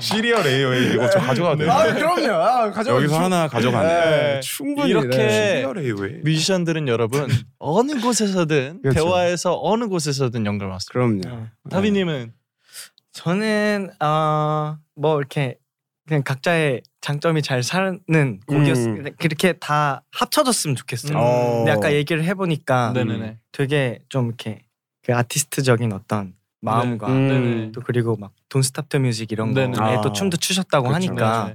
Speaker 4: 시리얼 AOA 이거 저 가져가도 돼요
Speaker 1: 아, 그럼요. 아, 가져.
Speaker 4: 여기서 하나 가져가네
Speaker 3: 네.
Speaker 1: 충분히 네.
Speaker 3: 이렇게
Speaker 4: 시리얼 AOA
Speaker 3: 뮤지션들은 여러분 어느 곳에서든
Speaker 1: 그렇죠.
Speaker 3: 대화에서 어느 곳에서든 연결 왔습니다.
Speaker 1: 그럼요.
Speaker 3: 다비님은
Speaker 4: 음.
Speaker 2: 저는 어뭐 이렇게 그냥 각자의 장점이 잘 사는 곡이었
Speaker 1: 음.
Speaker 2: 그렇게 다 합쳐졌으면 좋겠어요.
Speaker 1: 어.
Speaker 2: 근데 아까 얘기를 해보니까
Speaker 3: 네네네.
Speaker 2: 되게 좀 이렇게 그 아티스트적인 어떤 마음과
Speaker 1: 음.
Speaker 3: 아, 네네.
Speaker 2: 또 그리고 막 Don't Stop the Music 이런 거에
Speaker 3: 네네.
Speaker 1: 아.
Speaker 2: 또 춤도 추셨다고
Speaker 1: 그쵸.
Speaker 2: 하니까
Speaker 3: 네,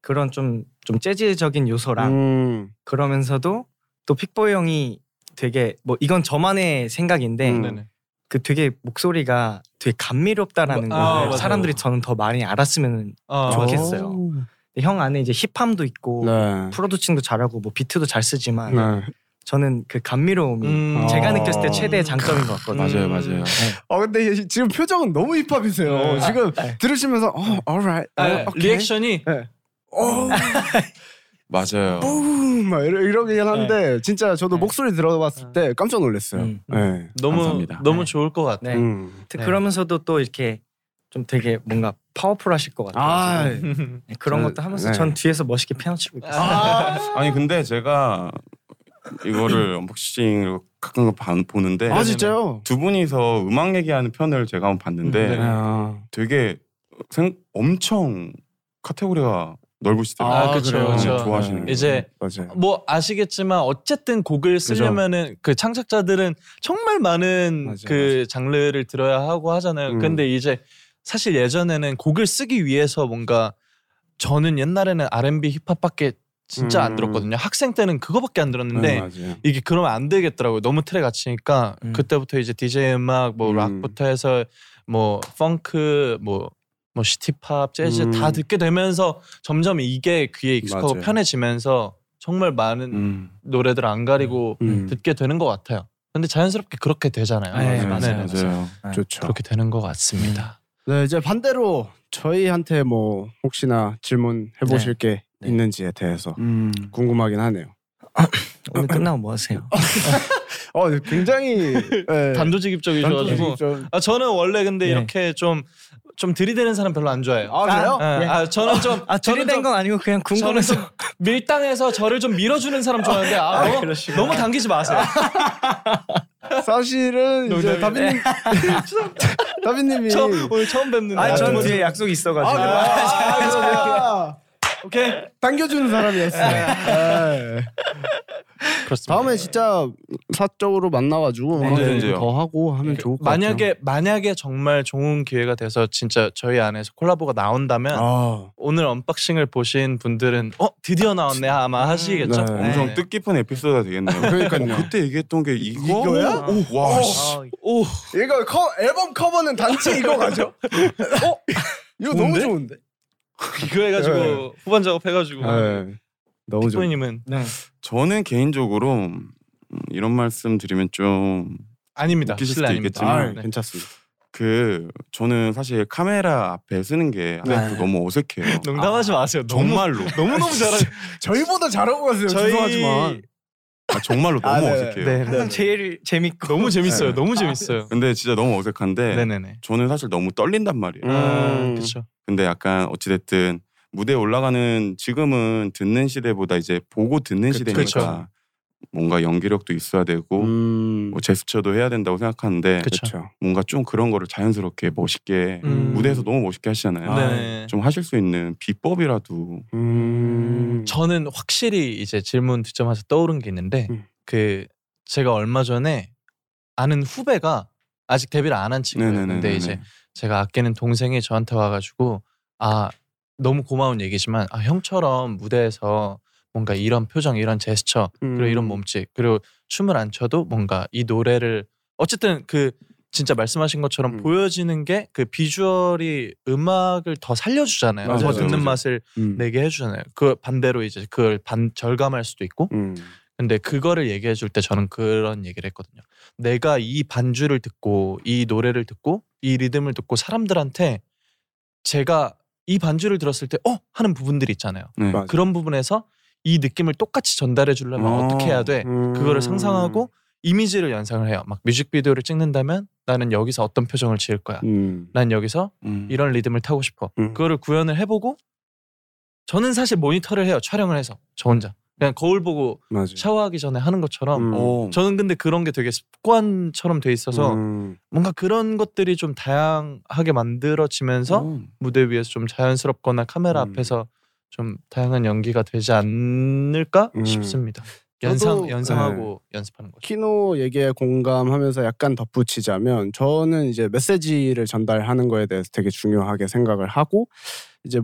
Speaker 2: 그런 좀 좀 재즈적인 요소랑
Speaker 1: 음.
Speaker 2: 그러면서도 또 픽보이 형이 되게 뭐 이건 저만의 생각인데
Speaker 1: 음.
Speaker 3: 네네.
Speaker 2: 그 되게 목소리가 되게 감미롭다라는
Speaker 3: 아,
Speaker 2: 걸
Speaker 3: 맞아요.
Speaker 2: 사람들이 저는 더 많이 알았으면
Speaker 3: 아,
Speaker 2: 좋겠- 좋겠어요.
Speaker 1: 오.
Speaker 2: 형 안에 이제 힙함도 있고
Speaker 1: 네.
Speaker 2: 프로듀싱도 잘하고 뭐 비트도 잘 쓰지만
Speaker 1: 네.
Speaker 2: 저는 그 감미로움이
Speaker 3: 음.
Speaker 2: 제가
Speaker 1: 아.
Speaker 2: 느꼈을 때 최대의 장점인 것 같거든요.
Speaker 4: 맞아요 맞아요
Speaker 1: 어 근데 이- 지금 표정은 너무 힙합이세요.
Speaker 3: 네.
Speaker 1: 지금 들으시면서 어, alright,
Speaker 3: 아,
Speaker 1: 어, 오케이.
Speaker 3: 리액션이
Speaker 1: 어,
Speaker 4: 맞아요
Speaker 3: 뭐?
Speaker 1: 붐, 막 이러,
Speaker 3: 네.
Speaker 1: 이러긴 한데 진짜 저도
Speaker 2: 네.
Speaker 1: 목소리
Speaker 3: 아.
Speaker 1: 들어봤을 때 깜짝 놀랐어요.
Speaker 2: 음.
Speaker 1: 네.
Speaker 3: 너무
Speaker 4: 감사합니다.
Speaker 3: 너무
Speaker 2: 네.
Speaker 3: 좋을 것 같아요.
Speaker 2: 네.
Speaker 1: 음.
Speaker 2: 네.
Speaker 3: 네.
Speaker 2: 그러면서도 또 이렇게 좀 되게 뭔가 파워풀하실 것 같아요.
Speaker 1: 아,
Speaker 2: 지금. 네, 그런
Speaker 1: 저-
Speaker 2: 것도 하면서
Speaker 1: 네.
Speaker 2: 전 뒤에서 멋있게 피아노 치고 있어요.
Speaker 4: 아니 근데 제가 이거를 언박싱을 가끔 봐- 보는데
Speaker 1: 아 진짜요?
Speaker 4: 두 분이서 음악 얘기하는 편을 제가 한번 봤는데
Speaker 3: 음, 네.
Speaker 1: 아,
Speaker 4: 되게 생, 엄청 카테고리가 넓으시대요.
Speaker 3: 아, 그쵸,
Speaker 4: 음,
Speaker 3: 그쵸.
Speaker 4: 좋아하시는
Speaker 1: 네.
Speaker 4: 게.
Speaker 3: 이제
Speaker 1: 맞아요.
Speaker 3: 뭐 아시겠지만 어쨌든 곡을 쓰려면은 그 창작자들은 정말 많은
Speaker 1: 맞아요,
Speaker 3: 그 장르를 들어야 하고 하잖아요.
Speaker 1: 음.
Speaker 3: 근데 이제 사실 예전에는 곡을 쓰기 위해서 뭔가 저는 옛날에는 R&B 힙합밖에 진짜 안
Speaker 1: 음.
Speaker 3: 들었거든요. 학생 때는 그거밖에 안 들었는데
Speaker 1: 네, 맞아요.
Speaker 3: 이게 그러면 안 되겠더라고요. 너무 틀에 갇히니까
Speaker 2: 음.
Speaker 3: 그때부터 이제 DJ 음악 뭐
Speaker 1: 음.
Speaker 3: 락부터 해서 뭐 펑크 뭐 뭐 시티팝, 재즈
Speaker 1: 음.
Speaker 3: 다 듣게 되면서 점점 이게 귀에 익숙하고
Speaker 1: 맞아요.
Speaker 3: 편해지면서 정말 많은
Speaker 4: 음.
Speaker 3: 노래들 안 가리고
Speaker 1: 음.
Speaker 3: 듣게 되는 것 같아요. 근데 자연스럽게 그렇게 되잖아요.
Speaker 2: 네, 맞아요,
Speaker 3: 네,
Speaker 4: 맞아요.
Speaker 1: 좋죠.
Speaker 3: 그렇게 되는 것 같습니다.
Speaker 1: 네, 이제 반대로 저희한테 뭐 혹시나 질문 해보실 게
Speaker 2: 네.
Speaker 1: 있는지에 대해서
Speaker 4: 음.
Speaker 1: 궁금하긴 하네요.
Speaker 2: 오늘 끝나고 뭐 하세요?
Speaker 1: 어, 굉장히 네.
Speaker 3: 단도직입적이셔가지고
Speaker 1: 단도직입적.
Speaker 3: 아, 저는 원래 근데
Speaker 2: 네.
Speaker 3: 이렇게 좀 좀 들이대는 사람 별로 안 좋아해요.
Speaker 1: 아 그래요?
Speaker 3: 예, 아, 저는 좀
Speaker 2: 아
Speaker 3: 저는
Speaker 2: 들이댄
Speaker 3: 좀-
Speaker 2: 건 아니고 그냥
Speaker 3: 저는
Speaker 2: 궁금해서
Speaker 3: 좀 밀당해서 저를 좀 밀어주는 사람 좋아하는데 아, 너무, 너무 당기지 마세요.
Speaker 1: 사실은 이제
Speaker 3: 농담이네.
Speaker 1: 다빈님 다빈님이
Speaker 3: 저 오늘 처음 뵙는데. 네.
Speaker 2: 아, 저는
Speaker 3: 두 분-
Speaker 2: 뒤에 약속이 있어가지고.
Speaker 3: 아, 그래요?
Speaker 1: 아,
Speaker 3: 오케이.
Speaker 1: 당겨주는 사람이었어요. 네.
Speaker 3: 그렇습니다. 네.
Speaker 1: 다음에 진짜 사적으로 만나가지고
Speaker 4: 언제든지요.
Speaker 1: 더 하고 하면 좋을 것
Speaker 3: 그 만약에 만약에 정말 좋은 기회가 돼서 진짜 저희 안에서 콜라보가 나온다면
Speaker 1: 같아요. 아,
Speaker 3: 오늘 언박싱을 보신 분들은 어 드디어 나왔네 아마 하시겠죠.
Speaker 1: 네.
Speaker 4: 엄청
Speaker 3: 네.
Speaker 4: 뜻깊은 에피소드가 되겠네요.
Speaker 1: 그러니까요.
Speaker 4: 어, 그때 얘기했던 게 이거?
Speaker 1: 이거야?
Speaker 4: 오, 와, 씨.
Speaker 2: 아,
Speaker 3: 오
Speaker 1: 이거 커, 앨범 커버는 단체 이거 가죠? 어? 이거 너무
Speaker 3: 좋은데?
Speaker 1: 좋은데?
Speaker 3: 이거 해가지고
Speaker 1: 네.
Speaker 3: 후반 작업 해가지고
Speaker 1: 네. 너무 좋.
Speaker 3: 빅보이님은
Speaker 2: 네.
Speaker 4: 저는 개인적으로 음, 이런 말씀 드리면 좀
Speaker 3: 아닙니다.
Speaker 4: 웃기실
Speaker 3: 실례
Speaker 4: 수도
Speaker 3: 아닙니다.
Speaker 4: 있겠지만
Speaker 1: 아,
Speaker 3: 네.
Speaker 1: 괜찮습니다.
Speaker 4: 그 저는 사실 카메라 앞에 쓰는 게 아직도
Speaker 1: 네.
Speaker 4: 너무 어색해요.
Speaker 3: 농담하지 마세요. 너무
Speaker 4: 정말로
Speaker 3: 너무 너무 잘하.
Speaker 1: 저희보다 잘하고 가세요. 죄송하지만.
Speaker 4: 아, 정말로
Speaker 1: 아,
Speaker 4: 너무
Speaker 1: 네.
Speaker 4: 어색해요.
Speaker 3: 네, 네.
Speaker 2: 항상 제일 재밌고.
Speaker 3: 너무 재밌어요. 너무 재밌어요.
Speaker 4: 근데 진짜 너무 어색한데
Speaker 3: 네. 아, 네네네.
Speaker 4: 저는 사실 너무 떨린단 말이에요.
Speaker 1: 음.
Speaker 3: 그렇죠.
Speaker 4: 근데 약간 어찌됐든 무대에 올라가는 지금은 듣는 시대보다 이제 보고 듣는 시대니까
Speaker 3: 그쵸.
Speaker 4: 뭔가 연기력도 있어야 되고
Speaker 1: 음,
Speaker 4: 뭐 제스처도 해야 된다고 생각하는데
Speaker 3: 그쵸.
Speaker 1: 그렇죠.
Speaker 4: 뭔가 좀 그런 거를 자연스럽게 멋있게
Speaker 3: 음.
Speaker 4: 무대에서 너무 멋있게 하시잖아요.
Speaker 3: 네.
Speaker 4: 좀 하실 수 있는 비법이라도
Speaker 1: 음,
Speaker 3: 저는 확실히 이제 질문 듣자마자 떠오른 게 있는데
Speaker 1: 음.
Speaker 3: 그 제가 얼마 전에 아는 후배가 아직 데뷔를 안 한 친구였는데 이제 제가 아끼는 동생이 저한테 와가지고 아 너무 고마운 얘기지만 아, 형처럼 무대에서 뭔가 이런 표정, 이런 제스처, 음. 그리고 이런 몸짓, 그리고 춤을 안 춰도 뭔가 이 노래를 어쨌든 그 진짜 말씀하신 것처럼
Speaker 1: 음.
Speaker 3: 보여지는 게 그 비주얼이 음악을 더 살려주잖아요.
Speaker 4: 맞아요,
Speaker 3: 더 듣는
Speaker 4: 맞아요.
Speaker 3: 맛을
Speaker 1: 음.
Speaker 3: 내게 해주잖아요. 그 반대로 이제 그걸 반 절감할 수도 있고
Speaker 1: 음.
Speaker 3: 근데 그거를 얘기해 줄 때 저는 그런 얘기를 했거든요. 내가 이 반주를 듣고 이 노래를 듣고 이 리듬을 듣고 사람들한테 제가 이 반주를 들었을 때 어 하는 부분들이 있잖아요.
Speaker 4: 네.
Speaker 1: 맞아.
Speaker 3: 그런 부분에서 이 느낌을 똑같이 전달해 주려면
Speaker 4: 어,
Speaker 3: 어, 떻게 해야 돼?
Speaker 1: 음.
Speaker 3: 그거를 상상하고 이미지를 연상을 해요. 막 뮤직비디오를 찍는다면 나는 여기서 어떤 표정을 지을 거야.
Speaker 1: 음.
Speaker 3: 난 여기서
Speaker 4: 음.
Speaker 3: 이런 리듬을 타고 싶어.
Speaker 1: 음.
Speaker 3: 그거를 구현을 해보고 저는 사실 모니터를 해요. 촬영을 해서 저 혼자 그냥 거울 보고
Speaker 1: 맞아.
Speaker 3: 샤워하기 전에 하는 것처럼
Speaker 1: 음.
Speaker 4: 어,
Speaker 3: 저는 근데 그런 게 되게 습관처럼 돼 있어서
Speaker 1: 음.
Speaker 3: 뭔가 그런 것들이 좀 다양하게 만들어지면서
Speaker 4: 어.
Speaker 3: 무대 위에서 좀 자연스럽거나 카메라
Speaker 1: 음.
Speaker 3: 앞에서 좀 다양한 연기가 되지 않을까
Speaker 1: 음.
Speaker 3: 싶습니다.
Speaker 1: 저도-
Speaker 3: 연상 연상하고 연습하는 거죠.
Speaker 1: 키노 얘기에 공감하면서 약간 덧붙이자면 저는 이제 메시지를 전달하는 거에 대해서 되게 중요하게 생각을 하고 이제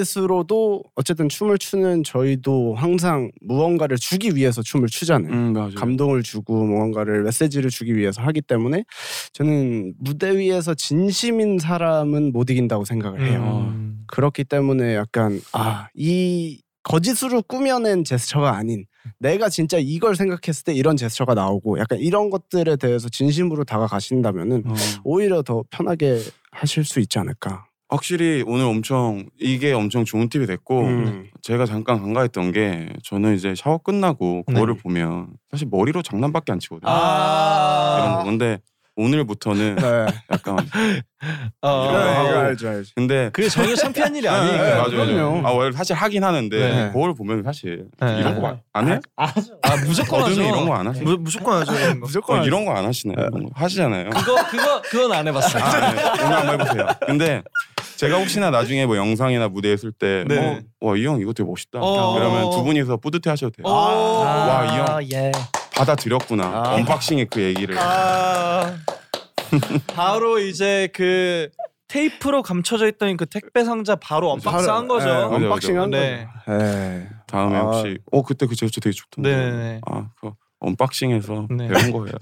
Speaker 1: 몸짓으로도 어쨌든 춤을 추는 저희도 항상 무언가를 주기 위해서 춤을 추잖아요.
Speaker 4: 음,
Speaker 3: 예.
Speaker 4: 맞아요.
Speaker 1: 감동을 주고 뭔가를 메시지를 주기 위해서 하기 때문에 저는 무대 위에서 진심인 사람은 못 이긴다고 생각을 해요.
Speaker 3: 음.
Speaker 1: 그렇기 때문에 약간 아 이 거짓으로 꾸며낸 제스처가 아닌 내가 진짜 이걸 생각했을 때 이런 제스처가 나오고 약간 이런 것들에 대해서 진심으로 다가가신다면은
Speaker 4: 어.
Speaker 1: 오히려 더 편하게 하실 수 있지 않을까.
Speaker 4: 확실히 오늘 엄청 이게 엄청 좋은 팁이 됐고
Speaker 1: 음.
Speaker 4: 제가 잠깐 간과했던 게 저는 이제 샤워 끝나고 거울을
Speaker 3: 네.
Speaker 4: 보면 사실 머리로 장난밖에 안 치거든요.
Speaker 3: 아.
Speaker 4: 아. 이런 거. 근데 오늘부터는
Speaker 1: 네.
Speaker 4: 약간
Speaker 3: 어,
Speaker 4: 이런 거.
Speaker 3: 어,
Speaker 1: 이거
Speaker 3: 어.
Speaker 1: 알죠 알죠.
Speaker 4: 근데
Speaker 3: 그게 전혀 창피한 일이
Speaker 4: 네, 네,
Speaker 3: 아니에요.
Speaker 4: 맞아요.
Speaker 1: 그럼요.
Speaker 4: 맞아요. 아, 원래 사실 하긴 하는데
Speaker 1: 네.
Speaker 4: 거울 보면 사실
Speaker 3: 네.
Speaker 4: 이런 거 안 해?
Speaker 3: 아 무조건 하죠.
Speaker 4: 어둠이 이런 거 안 하세요?
Speaker 3: 무, 무조건 하죠. 이런 거.
Speaker 1: 무조건
Speaker 4: 어, 이런 거 안 하시네. 이런 거 하시잖아요.
Speaker 3: 그거 그거 그건 안 해봤어요.
Speaker 4: 아, 네. 오늘 한번 해보세요. 근데 제가 혹시나 나중에 뭐 영상이나 무대에 있을 때,
Speaker 3: 네.
Speaker 4: 뭐, 와, 이 형 이거 되게 멋있다.
Speaker 3: 어.
Speaker 4: 그러면 두 분이서 뿌듯해 하셔도 돼요.
Speaker 3: 오.
Speaker 4: 와, 이 형.
Speaker 2: 아, 예.
Speaker 4: 받아들였구나.
Speaker 1: 아.
Speaker 4: 언박싱의 그 얘기를.
Speaker 3: 아 바로 이제 그 테이프로 감춰져 있던 그 택배 상자 바로 언박싱한
Speaker 1: 바로, 예,
Speaker 3: 거죠.
Speaker 4: 그죠,
Speaker 1: 언박싱한
Speaker 3: 그죠. 네.
Speaker 1: 거죠. 네.
Speaker 4: 다음에
Speaker 1: 아.
Speaker 4: 혹시, 어, 그때 그 제스처 되게 좋던데.
Speaker 3: 네네네.
Speaker 4: 아, 그거 언박싱해서
Speaker 3: 네.
Speaker 4: 배운 거예요.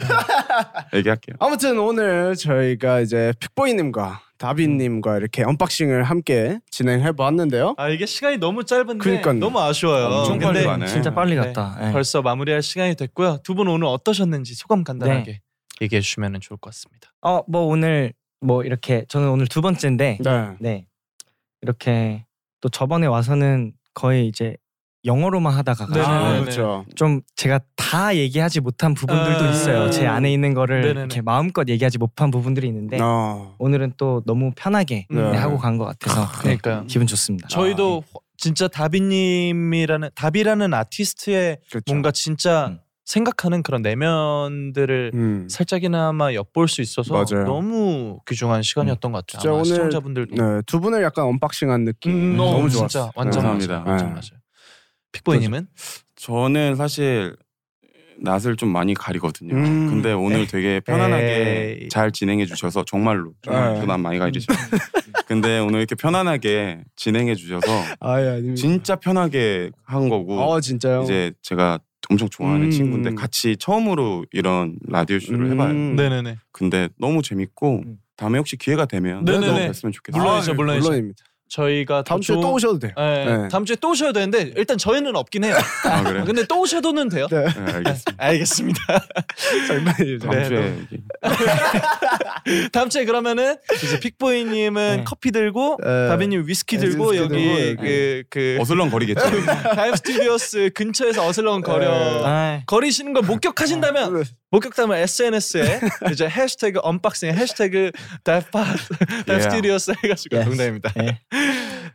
Speaker 4: 얘기할게요.
Speaker 1: 아무튼 오늘 저희가 이제 픽보이님과 다빈님과 이렇게 언박싱을 함께 진행해 보았는데요.
Speaker 3: 아 이게 시간이 너무 짧은데
Speaker 1: 그러니까요.
Speaker 3: 너무 아쉬워요.
Speaker 4: 엄청
Speaker 3: 근데
Speaker 4: 빨리 가네.
Speaker 2: 진짜 빨리
Speaker 3: 네.
Speaker 2: 갔다. 예.
Speaker 3: 벌써 마무리할 시간이 됐고요. 두 분 오늘 어떠셨는지 소감 간단하게 네. 얘기해 주시면 좋을 것 같습니다.
Speaker 2: 어, 뭐 오늘 뭐 이렇게 저는 오늘 두 번째인데
Speaker 1: 네.
Speaker 2: 네. 이렇게 또 저번에 와서는 거의 이제 영어로만 하다가
Speaker 3: 네네네.
Speaker 1: 아,
Speaker 3: 네네네.
Speaker 1: 그렇죠.
Speaker 2: 좀 제가 다 얘기하지 못한 부분들도
Speaker 3: 음.
Speaker 2: 있어요. 제 안에 있는 거를
Speaker 3: 네네네.
Speaker 2: 이렇게 마음껏 얘기하지 못한 부분들이 있는데
Speaker 1: 어.
Speaker 2: 오늘은 또 너무 편하게
Speaker 3: 네.
Speaker 2: 네, 하고 간 것 같아서 네,
Speaker 3: 그러니까요.
Speaker 2: 기분 좋습니다.
Speaker 3: 저희도 호- 진짜 다비님이라는 다비라는 아티스트의
Speaker 1: 그렇죠.
Speaker 3: 뭔가 진짜
Speaker 2: 음.
Speaker 3: 생각하는 그런 내면들을
Speaker 1: 음.
Speaker 3: 살짝이나마 엿볼 수 있어서
Speaker 1: 맞아요. 음.
Speaker 3: 너무 귀중한 시간이었던 것 같아요.
Speaker 1: 진짜
Speaker 3: 아마
Speaker 1: 오늘-
Speaker 3: 시청자분들도
Speaker 1: 네, 두 분을 약간 언박싱한 느낌.
Speaker 3: 음,
Speaker 1: 너무 좋았어요.
Speaker 3: 진짜 완전
Speaker 1: 네.
Speaker 4: 감사합니다.
Speaker 3: 맞아요. 완전
Speaker 1: 네.
Speaker 3: 맞아요. 픽보이님은
Speaker 4: 저는 사실 낯을 좀 많이 가리거든요.
Speaker 1: 음.
Speaker 4: 근데 오늘 되게 편안하게
Speaker 3: 에이. 네.
Speaker 4: 잘 진행해 주셔서 정말로
Speaker 1: 에이.
Speaker 4: 저난 많이 가리죠. 근데 오늘 이렇게 편안하게 진행해 주셔서
Speaker 1: 아, 예,
Speaker 3: 음.
Speaker 1: 아닙니다.
Speaker 4: 진짜 편하게 한 거고
Speaker 3: 아,
Speaker 1: 어, 진짜요?
Speaker 4: 이제 제가 엄청 좋아하는
Speaker 1: 음.
Speaker 4: 친구인데 같이 처음으로 이런 라디오 쇼를
Speaker 1: 음.
Speaker 4: 해봐요.
Speaker 3: 네네네
Speaker 4: 근데 너무 재밌고
Speaker 2: 음.
Speaker 4: 다음에 혹시 기회가 되면
Speaker 3: 네네네.
Speaker 4: 또 뵀으면 좋겠어요.
Speaker 3: 물론이죠,
Speaker 4: 아,
Speaker 3: 물론이죠.
Speaker 1: 물론입니다.
Speaker 3: 아, 저희가 더
Speaker 1: 다음 주에
Speaker 3: 좋은-
Speaker 1: 또 오셔도 돼요.
Speaker 3: 네,
Speaker 1: 네.
Speaker 3: 다음 주에 또 오셔야 되는데 일단 저희는 없긴 해요.
Speaker 4: 아, 그래요?
Speaker 3: 근데 또 오셔도는 돼요.
Speaker 1: 네.
Speaker 4: 네, 알겠습니다.
Speaker 3: 알겠습니다.
Speaker 1: 장난이죠.
Speaker 4: 다음
Speaker 3: 네,
Speaker 4: 주에 얘기-
Speaker 3: 다음 주에 그러면은 이제 픽보이님은
Speaker 2: 네.
Speaker 3: 커피 들고
Speaker 1: 네.
Speaker 3: 다비님 위스키 들고
Speaker 1: 위스키
Speaker 3: 여기
Speaker 1: 들고
Speaker 3: 그그
Speaker 4: 어슬렁거리겠죠.
Speaker 3: 네. 다임 스튜디오스 근처에서
Speaker 1: 네.
Speaker 3: 어슬렁거려
Speaker 2: 아,
Speaker 3: 거리시는 걸 목격하신다면 목격담을 SNS에 이제 해시태그 언박싱 해시태그 다이팟 다이스튜디오스 해가지고
Speaker 2: Yes.
Speaker 3: 농담입니다.
Speaker 2: 예.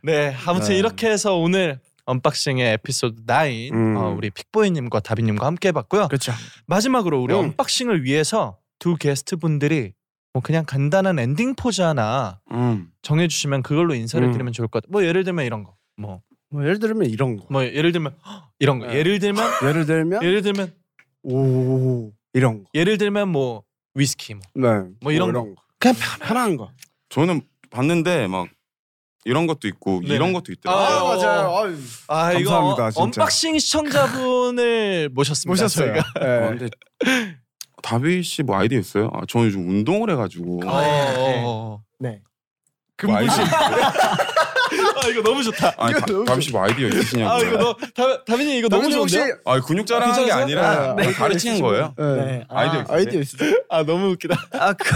Speaker 3: 네 아무튼
Speaker 1: 네.
Speaker 3: 이렇게 해서 오늘 언박싱의 에피소드 9
Speaker 1: 음.
Speaker 3: 어, 우리 픽보이님과 다빈님과 함께 해봤고요.
Speaker 1: 그렇죠.
Speaker 3: 마지막으로 우리
Speaker 1: 음.
Speaker 3: 언박싱을 위해서 두 게스트 분들이 뭐 그냥 간단한 엔딩 포즈 하나
Speaker 4: 음.
Speaker 3: 정해주시면 그걸로 인사를
Speaker 1: 음.
Speaker 3: 드리면 좋을 것 같아요. 뭐 예를 들면 이런 거. 뭐 뭐
Speaker 1: 뭐 예를 들면 이런 거.
Speaker 3: 예를 들면 헉, 이런 거.
Speaker 1: 네.
Speaker 3: 예를 들면
Speaker 1: 예를 들면
Speaker 3: 예를 들면
Speaker 1: 오 이런 거.
Speaker 3: 예를 들면 뭐 위스키 뭐.
Speaker 1: 네.
Speaker 3: 뭐 이런
Speaker 1: 거.
Speaker 3: 그냥
Speaker 1: 편한 거.
Speaker 4: 저는 봤는데 막 이런 것도 있고
Speaker 3: 네네.
Speaker 4: 이런 것도 있더라고요.
Speaker 3: 아, 맞아요.
Speaker 1: 아유,
Speaker 3: 아 이거
Speaker 1: 감사합니다,
Speaker 3: 어-
Speaker 1: 진짜.
Speaker 3: 언박싱 시청자분을 모셨습니다.
Speaker 1: 모셨어요.
Speaker 3: 저희가.
Speaker 4: 어,
Speaker 1: 예.
Speaker 4: 근데 다비 씨 뭐 아이디어 있어요? 아, 저는 요즘 운동을 해가지고
Speaker 1: 아, 예,
Speaker 3: 어, 어, 어.
Speaker 2: 네.
Speaker 4: 뭐 아이디어 있어요?
Speaker 3: 아 이거 너무 좋다.
Speaker 4: 아니
Speaker 1: 이거 너무
Speaker 4: 다, 다비 씨 뭐 아이디어 있으시냐고.
Speaker 3: 아 이거 너 다- 다빈이 이거 너무
Speaker 1: 다빈이 혹시-
Speaker 3: 좋은데요?
Speaker 4: 아 근육 자랑하는 게
Speaker 3: 괜찮으세요? 네.
Speaker 4: 아니라
Speaker 1: 아,
Speaker 4: 그냥 가르치는 거예요.
Speaker 1: 예.
Speaker 2: 네. 아,
Speaker 4: 아이디어 있어요?
Speaker 1: 아이디어 있어.
Speaker 3: 아 너무 웃기다.
Speaker 2: 아, 그,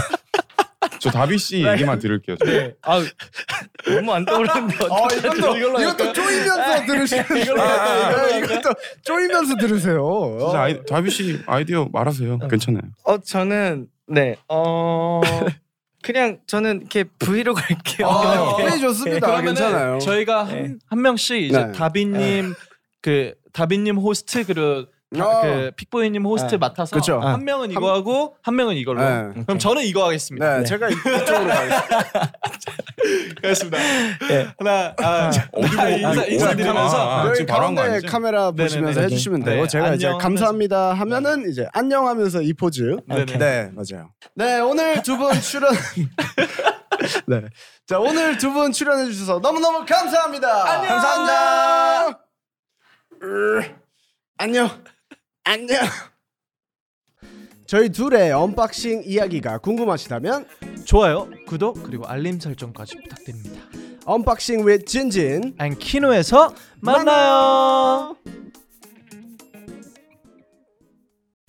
Speaker 4: 저 다비 씨 얘기만 들을게요. 저.
Speaker 2: 네. 아, 너무 안 떠오르는데.
Speaker 1: 아,
Speaker 2: 어떡하지?
Speaker 1: 이것도
Speaker 3: 이걸로
Speaker 1: 이것도 쪼이면서 들으시는 이걸로
Speaker 3: 할까요?
Speaker 1: 아, 이것도 쪼이면서 들으세요.
Speaker 4: 진짜 아이, 다비 씨 아이디어 말하세요. 괜찮아요.
Speaker 2: 어, 저는 네. 어. 그냥 저는 이렇게 브이로그 할게요.
Speaker 3: 아,
Speaker 1: 네, 좋습니다.
Speaker 3: 그러면은
Speaker 1: 괜찮아요. 예.
Speaker 3: 저희가
Speaker 2: 네.
Speaker 3: 한, 한 명씩 이제
Speaker 1: 네.
Speaker 3: 다빈님 그 다빈님 호스트 그리고 다-
Speaker 1: 어.
Speaker 3: 그 픽보이님 호스트
Speaker 2: 네.
Speaker 3: 맡아서
Speaker 1: 예. 그쵸. 예.
Speaker 3: 한 명은 이거 하고 한 명은 이걸로.
Speaker 1: 네.
Speaker 3: 그럼 저는 이거 하겠습니다.
Speaker 1: 네, 제가 이쪽으로 가겠습니다.
Speaker 3: 알겠습니다.
Speaker 2: 네.
Speaker 3: 하나, 아,
Speaker 4: 어디
Speaker 3: 아,
Speaker 4: 보고
Speaker 3: 인사-
Speaker 4: 어디-
Speaker 3: 인사드리면서.
Speaker 4: 아, 아,
Speaker 1: 여기
Speaker 4: 지금 바로 한거
Speaker 1: 가운데
Speaker 4: 아니지?
Speaker 1: 카메라
Speaker 3: 네네네.
Speaker 1: 보시면서
Speaker 3: 여기.
Speaker 1: 해주시면
Speaker 3: 네,
Speaker 1: 돼요. 제가 이제
Speaker 3: 안녕하면서.
Speaker 1: 감사합니다 하면은 이제 안녕하면서 이 포즈.
Speaker 3: 네네.
Speaker 1: 네, 맞아요. 네, 오늘 두 분 출연. 네, 자 오늘 두 분 출연해 주셔서 너무 너무 감사합니다. 감사합니다. 으, 안녕. 안녕. 저희 둘의 언박싱 이야기가 궁금하시다면
Speaker 3: 좋아요, 구독 그리고 알림 설정까지 부탁드립니다.
Speaker 1: 언박싱 with 진진
Speaker 3: 안키노에서 만나요.